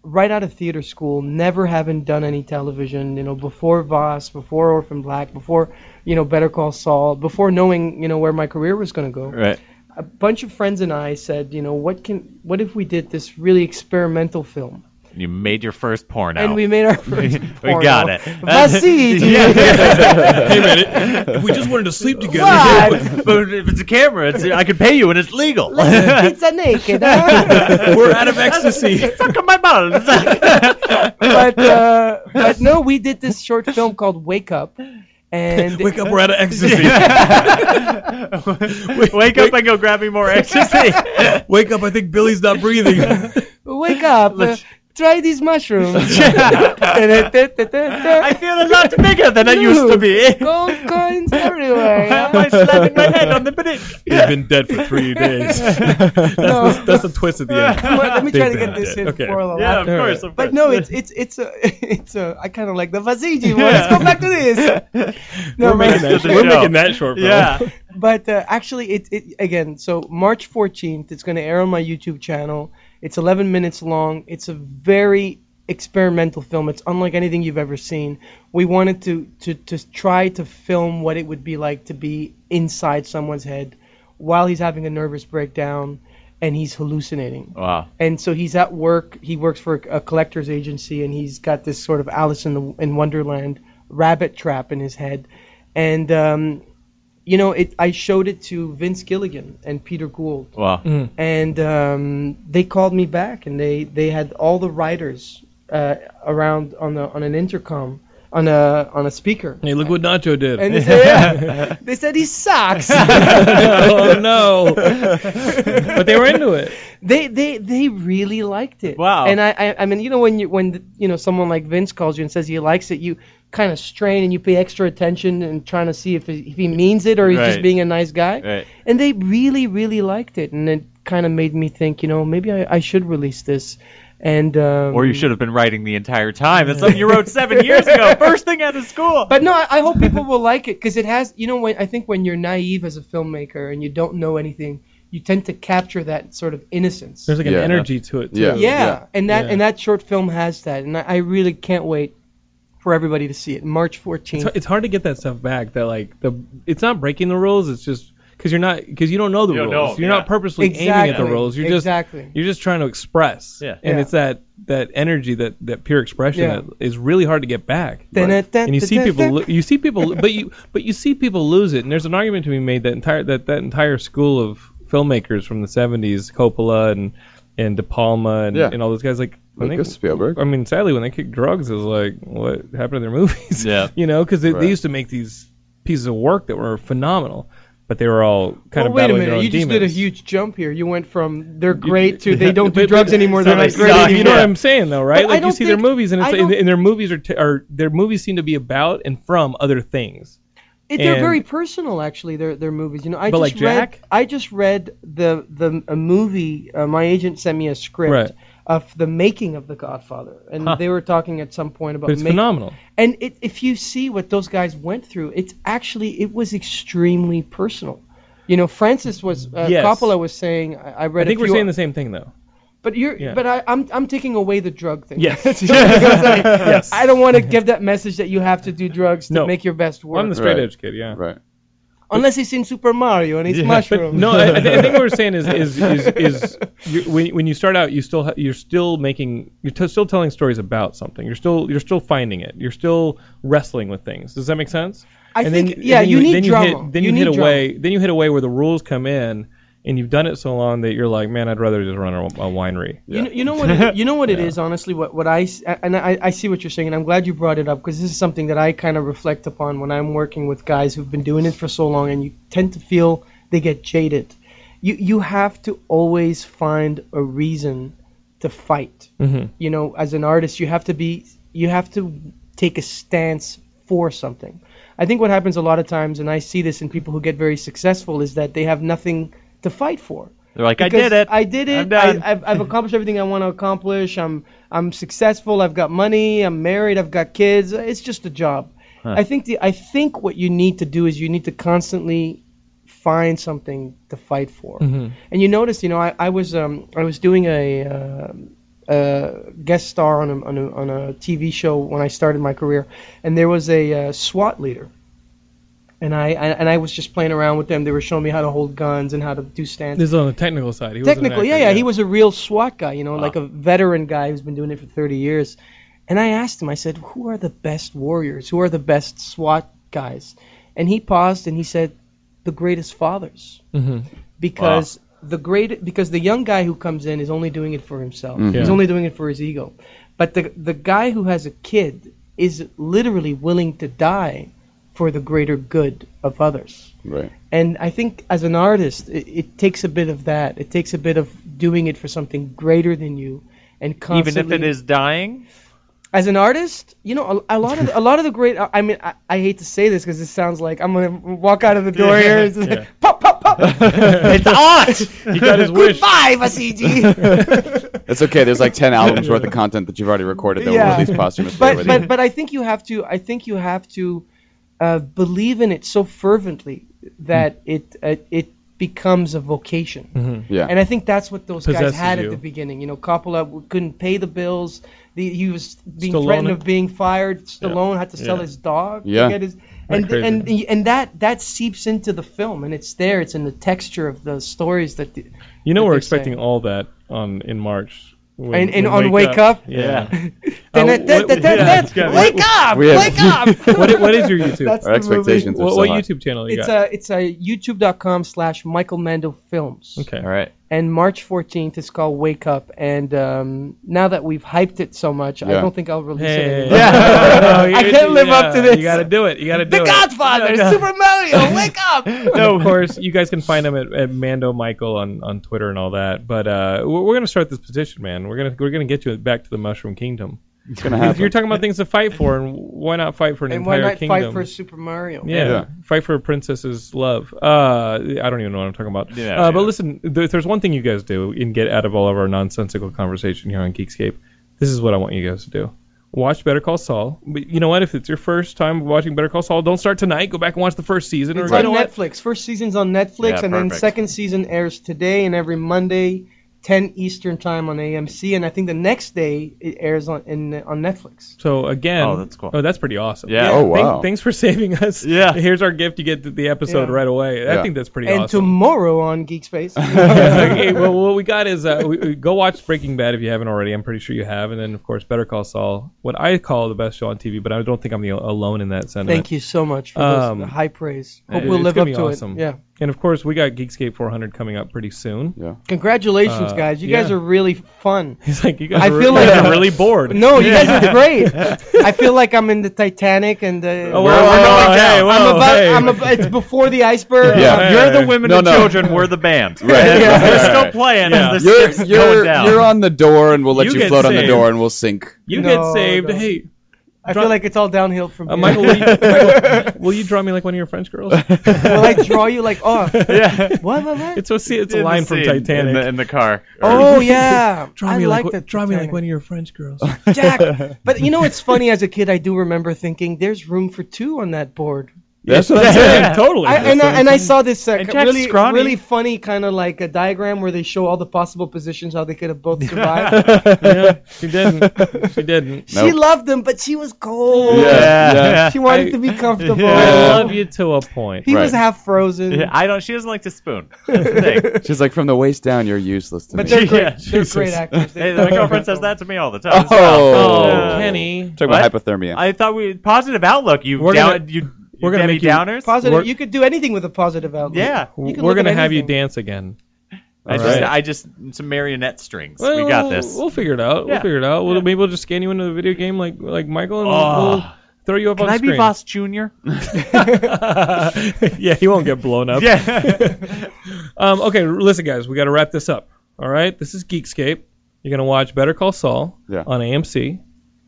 [SPEAKER 4] right out of theater school, never having done any television. You know, before Voss, before Orphan Black, before you know Better Call Saul, before knowing you know where my career was going to go
[SPEAKER 2] Right.
[SPEAKER 4] a bunch of friends and I said, you know, what can what if we did this really experimental film?
[SPEAKER 2] You made your first porno.
[SPEAKER 4] And we made our
[SPEAKER 2] We
[SPEAKER 4] first porno.
[SPEAKER 2] got it.
[SPEAKER 4] Vasij.
[SPEAKER 1] hey man, if we just wanted to sleep together.
[SPEAKER 4] Why?
[SPEAKER 2] but if it's a camera, it's, I could pay you and it's legal.
[SPEAKER 4] Let's pizza naked. huh?
[SPEAKER 1] We're out of ecstasy.
[SPEAKER 2] Suck on my balls.
[SPEAKER 4] but uh, but no, we did this short film called Wake Up, and
[SPEAKER 1] Wake up, we're out of ecstasy.
[SPEAKER 2] wake, up and go grab me more ecstasy.
[SPEAKER 1] Wake up, I think Billy's not breathing.
[SPEAKER 4] Wake Up, uh, try these mushrooms.
[SPEAKER 2] I feel a lot bigger than I used to be.
[SPEAKER 4] Gold coins everywhere.
[SPEAKER 2] Why am I
[SPEAKER 4] huh?
[SPEAKER 2] slapping my head on the brick?
[SPEAKER 1] He's been dead for three days. that's,
[SPEAKER 4] No.
[SPEAKER 1] the, that's the twist at the end.
[SPEAKER 4] Come on, Let me try to
[SPEAKER 1] They've
[SPEAKER 4] get
[SPEAKER 1] been
[SPEAKER 4] this
[SPEAKER 1] dead.
[SPEAKER 4] in
[SPEAKER 1] Okay.
[SPEAKER 4] for a little
[SPEAKER 2] Yeah, of
[SPEAKER 1] All
[SPEAKER 2] course,
[SPEAKER 1] right.
[SPEAKER 2] of course.
[SPEAKER 4] But no, it's it's it's a it's a I kind of like the Vasiji one. Let's go back to this. No,
[SPEAKER 1] We're, making
[SPEAKER 4] man.
[SPEAKER 1] that,
[SPEAKER 2] the
[SPEAKER 1] we're
[SPEAKER 2] show.
[SPEAKER 1] making that short film.
[SPEAKER 2] yeah.
[SPEAKER 4] But uh, actually, it, it again. So March 14th, it's going to air on my YouTube channel. It's 11 minutes long. It's a very experimental film. It's unlike anything you've ever seen. We wanted to to to try to film what it would be like to be inside someone's head while he's having a nervous breakdown and he's hallucinating
[SPEAKER 2] Wow.
[SPEAKER 4] and so he's at work. He works for a, a collector's agency, and he's got this sort of Alice in the in Wonderland rabbit trap in his head. And um, you know, it. I showed it to Vince Gilligan and Peter Gould,
[SPEAKER 2] Wow.
[SPEAKER 4] and um, they called me back, and they they had all the writers uh, around on the on an intercom. on a on a speaker.
[SPEAKER 1] Hey, look what Nacho did.
[SPEAKER 4] And they said, yeah. they said he sucks.
[SPEAKER 1] oh no! but they were into it.
[SPEAKER 4] they they they really liked it.
[SPEAKER 2] Wow.
[SPEAKER 4] And I I, I mean you know when you when you know someone like Vince calls you and says he likes it you kind of strain and you pay extra attention and trying to see if he, if he means it or he's
[SPEAKER 2] Right.
[SPEAKER 4] just being a nice guy.
[SPEAKER 2] Right.
[SPEAKER 4] And they really really liked it and it kind of made me think you know maybe I, I should release this. And um,
[SPEAKER 2] Or you should have been writing the entire time. That's something you wrote seven years ago. First thing out of school.
[SPEAKER 4] But no, I, I hope people will like it because it has. You know, when I think when you're naive as a filmmaker and you don't know anything, you tend to capture that sort of innocence.
[SPEAKER 1] There's like an
[SPEAKER 3] Yeah.
[SPEAKER 1] energy to it too.
[SPEAKER 3] Yeah.
[SPEAKER 4] yeah, and that
[SPEAKER 1] Yeah.
[SPEAKER 4] and that short film has that, and I, I really can't wait for everybody to see it. March 14th.
[SPEAKER 1] It's, it's hard to get that stuff back. That like the it's not breaking the rules. It's just because you're not because you don't know the
[SPEAKER 2] You don't
[SPEAKER 1] rules.
[SPEAKER 2] know,
[SPEAKER 1] you're
[SPEAKER 2] yeah.
[SPEAKER 1] not purposely aiming at the
[SPEAKER 4] Exactly,
[SPEAKER 1] rules. You're just
[SPEAKER 4] exactly.
[SPEAKER 1] you're just trying to express.
[SPEAKER 2] Yeah.
[SPEAKER 1] And
[SPEAKER 4] Yeah.
[SPEAKER 1] it's that that energy that that pure expression
[SPEAKER 4] Yeah.
[SPEAKER 1] that is really hard to get back.
[SPEAKER 4] Dun, dun, dun,
[SPEAKER 1] and you
[SPEAKER 4] dun,
[SPEAKER 1] see
[SPEAKER 4] dun,
[SPEAKER 1] people
[SPEAKER 4] dun.
[SPEAKER 1] lo- you see people but you but you see people lose it and there's an argument to be made that entire that that entire school of filmmakers from the 70s Coppola and and De Palma and,
[SPEAKER 3] Yeah.
[SPEAKER 1] and all those guys like when
[SPEAKER 3] Lucas Spielberg.
[SPEAKER 1] I mean sadly when they kicked drugs it was like what happened to their movies
[SPEAKER 2] Yeah.
[SPEAKER 1] you know because they, they
[SPEAKER 3] Right.
[SPEAKER 1] used to make these pieces of work that were phenomenal but they were all kind
[SPEAKER 4] Well,
[SPEAKER 1] of
[SPEAKER 4] Oh, wait a
[SPEAKER 1] battling their
[SPEAKER 4] minute!
[SPEAKER 1] own
[SPEAKER 4] You just
[SPEAKER 1] demons
[SPEAKER 4] did a huge jump here. You went from they're great to they don't do drugs
[SPEAKER 1] so
[SPEAKER 4] anymore. They're not
[SPEAKER 1] they
[SPEAKER 4] great
[SPEAKER 1] suck.
[SPEAKER 4] anymore.
[SPEAKER 1] You know what I'm saying, though, right?
[SPEAKER 4] But I
[SPEAKER 1] like you
[SPEAKER 4] don't
[SPEAKER 1] see their
[SPEAKER 4] think-
[SPEAKER 1] movies, and, it's,
[SPEAKER 4] I don't-
[SPEAKER 1] and their movies are, t- are their movies seem to be about and from other things.
[SPEAKER 4] It, they're
[SPEAKER 1] And-
[SPEAKER 4] very personal, actually. Their their movies. You know, I
[SPEAKER 1] But
[SPEAKER 4] just
[SPEAKER 1] like
[SPEAKER 4] read.
[SPEAKER 1] Jack?
[SPEAKER 4] I just read the the a movie. Uh, my agent sent me a script
[SPEAKER 1] Right.
[SPEAKER 4] of the making of The Godfather, and
[SPEAKER 2] Huh.
[SPEAKER 4] they were talking at some point about.
[SPEAKER 1] But it's
[SPEAKER 4] make-
[SPEAKER 1] phenomenal.
[SPEAKER 4] And it, if you see what those guys went through, it's actually it was extremely personal. You know, Francis was uh,
[SPEAKER 1] Yes.
[SPEAKER 4] Coppola was saying. I, I
[SPEAKER 1] I
[SPEAKER 4] read.
[SPEAKER 1] think
[SPEAKER 4] a
[SPEAKER 1] we're
[SPEAKER 4] few-
[SPEAKER 1] saying the same thing, though.
[SPEAKER 4] But you're.
[SPEAKER 1] Yeah.
[SPEAKER 4] But I, I'm I'm taking away the drug thing.
[SPEAKER 1] Yes.
[SPEAKER 4] yes. I don't want to give that message that you have to do drugs to
[SPEAKER 1] No.
[SPEAKER 4] make your best work.
[SPEAKER 1] I'm the straight
[SPEAKER 3] Right.
[SPEAKER 1] edge kid, yeah.
[SPEAKER 3] Right.
[SPEAKER 4] Unless he's seen Super Mario and he's
[SPEAKER 1] But
[SPEAKER 4] mushrooms.
[SPEAKER 1] no, I, I, thi- I think what we're saying is is is, is you, when, when you start out, you still ha- you're still making you're t- still telling stories about something. You're still you're still finding it. You're still wrestling with things. Does that make sense?
[SPEAKER 4] I think- yeah, you need
[SPEAKER 1] then You
[SPEAKER 4] drama.
[SPEAKER 1] hit, then
[SPEAKER 4] You
[SPEAKER 1] you, hit
[SPEAKER 4] need
[SPEAKER 1] a way. Then you hit a way where the rules come in, and you've done it so long that you're like, man, I'd rather just run a, a winery.
[SPEAKER 4] You know, you know what it, you know what it is honestly what what I s- and I, I see what you're saying and I'm glad you brought it up because this is something that I kind of reflect upon when I'm working with guys who've been doing it for so long and you tend to feel they get jaded. You you have to always find a reason to fight. You know, as an artist, you have to be you have to take a stance for something. I think what happens a lot of times and I see this in people who get very successful is that they have nothing to fight for.
[SPEAKER 2] They're like, I
[SPEAKER 4] Because
[SPEAKER 2] did it.
[SPEAKER 4] I did it.
[SPEAKER 2] I'm done.
[SPEAKER 4] I, have I've accomplished everything I want to accomplish. I'm I'm successful. I've got money. I'm married. I've got kids. It's just a job. I think the I think what you need to do is you need to constantly find something to fight for.
[SPEAKER 2] Hmm.
[SPEAKER 4] And you notice, you know, I, I was um I was doing a uh, a guest star on a, on a on a TV show when I started my career, and there was a uh, SWAT leader and I and and I was just playing around with them. They were showing me how to hold guns and how to do stands.
[SPEAKER 1] This is on the technical side. He wasn't an
[SPEAKER 4] Technically, yeah,
[SPEAKER 1] actor, Ah.
[SPEAKER 4] yeah, he was a real SWAT guy, you know, like a veteran guy who's been doing it for 30 years. And I asked him, I said, "Who are the best warriors? Who are the best SWAT guys?" And he paused and he said, "The greatest fathers."
[SPEAKER 1] Mm-hmm.
[SPEAKER 4] Because the great because the young guy who comes in is only doing it for himself. He's
[SPEAKER 1] Mm-hmm. Yeah.
[SPEAKER 4] only doing it for his ego. But the the guy who has a kid is literally willing to die for the greater good of others.
[SPEAKER 3] Right.
[SPEAKER 4] And I think as an artist, it, it takes a bit of that. It takes a bit of doing it for something greater than you, and
[SPEAKER 2] Even
[SPEAKER 4] constantly.
[SPEAKER 2] if it is dying.
[SPEAKER 4] as an artist, you know, a, a lot of a lot of the great. I mean, I, I hate to say this because it sounds like I'm gonna walk out of the door here. It's just like, pop, pop, pop. it's art.
[SPEAKER 1] He got his wish.
[SPEAKER 4] Goodbye, Vasiji.
[SPEAKER 3] It's okay. There's like 10 albums worth of content that you've already recorded that
[SPEAKER 4] Yeah.
[SPEAKER 3] will release posthumously.
[SPEAKER 4] but
[SPEAKER 3] with
[SPEAKER 4] but
[SPEAKER 3] you.
[SPEAKER 4] but I think you have to. I think you have to uh, believe in it so fervently that it uh, it becomes a vocation.
[SPEAKER 3] yeah.
[SPEAKER 4] And I think that's what those guys
[SPEAKER 1] Possesses
[SPEAKER 4] had
[SPEAKER 1] you.
[SPEAKER 4] at the beginning. You know, Coppola w- couldn't pay the bills. The, he was being
[SPEAKER 1] Stallone.
[SPEAKER 4] threatened of being fired. Stallone had to sell
[SPEAKER 1] Yeah.
[SPEAKER 4] his dog. to
[SPEAKER 3] Yeah.
[SPEAKER 4] get his- and,
[SPEAKER 1] crazy.
[SPEAKER 4] and and that that seeps into the film, and it's there. It's in the texture of the stories that. The,
[SPEAKER 1] You know
[SPEAKER 4] that
[SPEAKER 1] we're
[SPEAKER 4] they
[SPEAKER 1] expecting
[SPEAKER 4] say.
[SPEAKER 1] all that on in March. When,
[SPEAKER 4] And- and
[SPEAKER 1] when
[SPEAKER 4] on Wake Up?
[SPEAKER 1] Yeah. Uh, yeah, it's gotta
[SPEAKER 4] Wake
[SPEAKER 1] be-
[SPEAKER 4] up!
[SPEAKER 3] We have-
[SPEAKER 4] Wake up!
[SPEAKER 1] What, what is your YouTube?
[SPEAKER 4] That's
[SPEAKER 3] Our
[SPEAKER 4] the movie.
[SPEAKER 3] expectations are
[SPEAKER 1] what
[SPEAKER 3] so
[SPEAKER 1] what
[SPEAKER 3] high.
[SPEAKER 1] YouTube channel you
[SPEAKER 4] It's
[SPEAKER 1] got?
[SPEAKER 4] a it's a youtube.com slash Michael Mando Films.
[SPEAKER 1] okay.
[SPEAKER 2] All right.
[SPEAKER 4] And March 14th is called Wake Up. And um, now that we've hyped it so much, I
[SPEAKER 3] Yeah.
[SPEAKER 4] don't think I'll release it.
[SPEAKER 1] Hey. Oh,
[SPEAKER 4] anymore.
[SPEAKER 1] Yeah.
[SPEAKER 4] I can't live up to this.
[SPEAKER 1] You got to do it. You got to do
[SPEAKER 4] The
[SPEAKER 1] it.
[SPEAKER 4] Godfather,
[SPEAKER 1] No, no.
[SPEAKER 4] Super Mario, wake up!
[SPEAKER 1] no, of course, you guys can find him at, at Mando Michael on, on Twitter and all that. But uh, we're, we're gonna start this petition, man. We're gonna we're gonna get you back to the Mushroom Kingdom.
[SPEAKER 3] It's gonna
[SPEAKER 1] If
[SPEAKER 3] happen.
[SPEAKER 1] you're talking about things to fight for, and why not fight for an
[SPEAKER 4] and why
[SPEAKER 1] entire
[SPEAKER 4] not
[SPEAKER 1] kingdom?
[SPEAKER 4] fight for Super Mario?
[SPEAKER 1] Yeah.
[SPEAKER 3] Yeah.
[SPEAKER 1] Fight for a princess's love. Uh, I don't even know what I'm talking about.
[SPEAKER 2] Yeah,
[SPEAKER 1] uh, But
[SPEAKER 2] yeah.
[SPEAKER 1] listen, there- if there's one thing you guys do and get out of all of our nonsensical conversation here on Geekscape, this is what I want you guys to do. Watch Better Call Saul. But you know what? If it's your first time watching Better Call Saul, don't start tonight. Go back and watch the first season.
[SPEAKER 4] It's
[SPEAKER 1] or you
[SPEAKER 4] on
[SPEAKER 1] know what?
[SPEAKER 4] Netflix. First season's on Netflix,
[SPEAKER 2] Yeah,
[SPEAKER 4] and then
[SPEAKER 2] perfect.
[SPEAKER 4] second season airs today and every Monday, 10 Eastern time on AMC, and I think the next day it airs on in, on Netflix.
[SPEAKER 1] So again,
[SPEAKER 2] Oh, that's cool.
[SPEAKER 1] Oh, that's pretty awesome.
[SPEAKER 2] Yeah.
[SPEAKER 1] Thank-
[SPEAKER 3] Oh, wow.
[SPEAKER 1] thanks for saving us.
[SPEAKER 2] Yeah.
[SPEAKER 1] Here's our gift. You get the- the episode
[SPEAKER 4] Yeah.
[SPEAKER 1] right away. I
[SPEAKER 3] Yeah.
[SPEAKER 1] think that's pretty
[SPEAKER 4] and
[SPEAKER 1] awesome.
[SPEAKER 4] tomorrow on Geek Space.
[SPEAKER 1] okay, well, what we got is uh, we, we- go watch Breaking Bad if you haven't already. I'm pretty sure you have, and then of course Better Call Saul, what I call the best show on TV, but I don't think I'm the alone in that sentiment.
[SPEAKER 4] Thank you so much for
[SPEAKER 1] Um,
[SPEAKER 4] those high praise. Hope
[SPEAKER 1] it-
[SPEAKER 4] we'll
[SPEAKER 1] it's
[SPEAKER 4] live
[SPEAKER 1] gonna
[SPEAKER 4] up
[SPEAKER 1] be
[SPEAKER 4] to
[SPEAKER 1] awesome.
[SPEAKER 4] it. Yeah.
[SPEAKER 1] And of course, we got Geekscape 400 coming up pretty soon.
[SPEAKER 3] yeah.
[SPEAKER 4] Congratulations,
[SPEAKER 1] Uh,
[SPEAKER 4] guys. You guys
[SPEAKER 1] yeah.
[SPEAKER 4] are really fun.
[SPEAKER 1] He's like, you guys,
[SPEAKER 4] I
[SPEAKER 1] are,
[SPEAKER 4] feel
[SPEAKER 1] you guys
[SPEAKER 4] like-
[SPEAKER 1] are really bored.
[SPEAKER 4] No, you guys are great. I feel like I'm in the Titanic and the.
[SPEAKER 1] Oh, whoa,
[SPEAKER 2] We're-
[SPEAKER 1] whoa,
[SPEAKER 2] we're
[SPEAKER 1] whoa,
[SPEAKER 2] going
[SPEAKER 1] hey,
[SPEAKER 2] down.
[SPEAKER 1] whoa,
[SPEAKER 4] I'm about.
[SPEAKER 1] hey.
[SPEAKER 4] I'm ab- it's before the iceberg.
[SPEAKER 3] Yeah.
[SPEAKER 4] I'm-
[SPEAKER 2] You're
[SPEAKER 1] Hey.
[SPEAKER 2] the women
[SPEAKER 3] No,
[SPEAKER 2] and
[SPEAKER 3] no.
[SPEAKER 2] children. We're the band.
[SPEAKER 3] Right.
[SPEAKER 4] Yeah.
[SPEAKER 2] We're
[SPEAKER 3] Right,
[SPEAKER 2] still
[SPEAKER 3] right.
[SPEAKER 2] playing.
[SPEAKER 1] Yeah.
[SPEAKER 2] This
[SPEAKER 3] You're,
[SPEAKER 2] shit's going
[SPEAKER 3] you're,
[SPEAKER 2] down.
[SPEAKER 3] you're on the door, and we'll let
[SPEAKER 1] You
[SPEAKER 3] you,
[SPEAKER 1] get
[SPEAKER 3] float on the
[SPEAKER 1] saved.
[SPEAKER 3] door, and we'll sink.
[SPEAKER 1] You get
[SPEAKER 4] No,
[SPEAKER 1] saved.
[SPEAKER 4] no.
[SPEAKER 1] Hey,
[SPEAKER 4] I feel like it's all downhill from
[SPEAKER 1] uh,
[SPEAKER 4] here.
[SPEAKER 1] Michael, will you, Michael, will you draw me like one of your French girls?
[SPEAKER 4] Will I draw you like oh
[SPEAKER 2] yeah.
[SPEAKER 4] what what what?
[SPEAKER 1] It's a, see, it's a
[SPEAKER 2] In the
[SPEAKER 1] line from
[SPEAKER 2] scene, in
[SPEAKER 1] Titanic.
[SPEAKER 2] the, in the car.
[SPEAKER 4] oh yeah.
[SPEAKER 1] draw
[SPEAKER 4] I
[SPEAKER 1] me
[SPEAKER 4] like,
[SPEAKER 1] like,
[SPEAKER 4] that.
[SPEAKER 1] draw me like one
[SPEAKER 4] Titanic.
[SPEAKER 1] of your French girls.
[SPEAKER 4] Jack. But you know it's funny as a kid I do remember thinking there's room for two on that board.
[SPEAKER 3] That's what I'm
[SPEAKER 1] yeah,
[SPEAKER 3] saying.
[SPEAKER 1] totally.
[SPEAKER 4] I, and, I, and I saw this uh,
[SPEAKER 2] And Jack's
[SPEAKER 4] really
[SPEAKER 2] scrawny.
[SPEAKER 4] really funny kind of like a diagram where they show all the possible positions how they could have both survived.
[SPEAKER 1] yeah, she didn't. She didn't.
[SPEAKER 4] She
[SPEAKER 3] Nope.
[SPEAKER 4] loved them, but she was cold.
[SPEAKER 3] Yeah, yeah.
[SPEAKER 4] She wanted
[SPEAKER 1] I-
[SPEAKER 4] to be comfortable.
[SPEAKER 2] Yeah.
[SPEAKER 1] I love you to a point.
[SPEAKER 4] He was
[SPEAKER 3] Right.
[SPEAKER 4] half frozen.
[SPEAKER 2] Yeah, I don't. She doesn't like to spoon. That's the thing.
[SPEAKER 3] She's like, from the waist down, you're useless to
[SPEAKER 4] But
[SPEAKER 3] me.
[SPEAKER 4] they're great.
[SPEAKER 2] Yeah,
[SPEAKER 4] they're great
[SPEAKER 1] Jesus.
[SPEAKER 4] actors.
[SPEAKER 2] Hey,
[SPEAKER 4] They-
[SPEAKER 2] my girlfriend says that to me all the time. as well.
[SPEAKER 1] Oh,
[SPEAKER 2] Yeah.
[SPEAKER 1] Kenny.
[SPEAKER 3] Talking about
[SPEAKER 2] What?
[SPEAKER 3] hypothermia.
[SPEAKER 2] I thought we positive outlook. You
[SPEAKER 1] We're
[SPEAKER 2] down,
[SPEAKER 1] gonna-
[SPEAKER 2] you.
[SPEAKER 1] we're
[SPEAKER 2] We're
[SPEAKER 1] gonna
[SPEAKER 2] gonna
[SPEAKER 1] make you
[SPEAKER 2] downers.
[SPEAKER 4] Positive.
[SPEAKER 1] We're-
[SPEAKER 4] you could do anything with a positive outlook.
[SPEAKER 2] Yeah.
[SPEAKER 4] You can
[SPEAKER 1] We're
[SPEAKER 4] look at
[SPEAKER 1] gonna have you
[SPEAKER 4] anything.
[SPEAKER 1] dance again.
[SPEAKER 2] I just,
[SPEAKER 1] Alright.
[SPEAKER 2] I just some marionette strings. we got this.
[SPEAKER 1] We'll, we'll figure it out. We'll
[SPEAKER 2] Yeah.
[SPEAKER 1] figure it out. We'll,
[SPEAKER 2] Yeah.
[SPEAKER 1] Maybe we'll just scan you into the video game like like Michael, and
[SPEAKER 2] Oh.
[SPEAKER 1] we'll throw you up
[SPEAKER 2] Can
[SPEAKER 1] on
[SPEAKER 2] I
[SPEAKER 1] screen.
[SPEAKER 2] be Voss Junior?
[SPEAKER 1] yeah, he won't get blown up.
[SPEAKER 2] yeah.
[SPEAKER 1] Um, okay, listen, guys, we got to wrap this up. All right, this is Geekscape. You're gonna watch Better Call Saul
[SPEAKER 3] Yeah.
[SPEAKER 1] on AMC,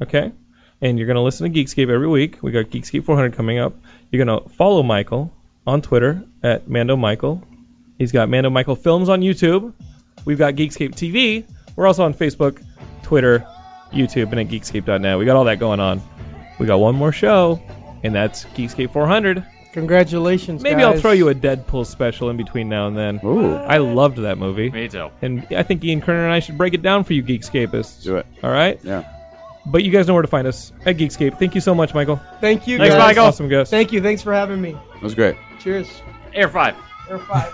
[SPEAKER 1] okay? And you're gonna listen to Geekscape every week. We got Geekscape 400 coming up. You're gonna follow Michael on Twitter at Mando Michael. He's got Mando Michael Films on YouTube. We've got Geekscape TV. We're also on Facebook, Twitter, YouTube, and at Geekscape.net. We got all that going on. We got one more show, and that's Geekscape 400.
[SPEAKER 4] Congratulations.
[SPEAKER 1] Maybe I'll
[SPEAKER 4] guys.
[SPEAKER 1] throw you a Deadpool special in between now and then.
[SPEAKER 3] Ooh.
[SPEAKER 1] I loved that movie.
[SPEAKER 2] Me too.
[SPEAKER 1] And I think Ian Kerner and I should break it down for you, Geekscapists.
[SPEAKER 3] Do it.
[SPEAKER 1] All right?
[SPEAKER 3] Yeah.
[SPEAKER 1] But you guys know where to find us at Geekscape. Thank you so much, Michael.
[SPEAKER 4] Thank you.
[SPEAKER 2] Thanks,
[SPEAKER 4] guys.
[SPEAKER 2] Michael.
[SPEAKER 1] Awesome guest.
[SPEAKER 4] Thank you. Thanks for having me.
[SPEAKER 3] That was great.
[SPEAKER 4] Cheers.
[SPEAKER 2] Air five.
[SPEAKER 4] Air five.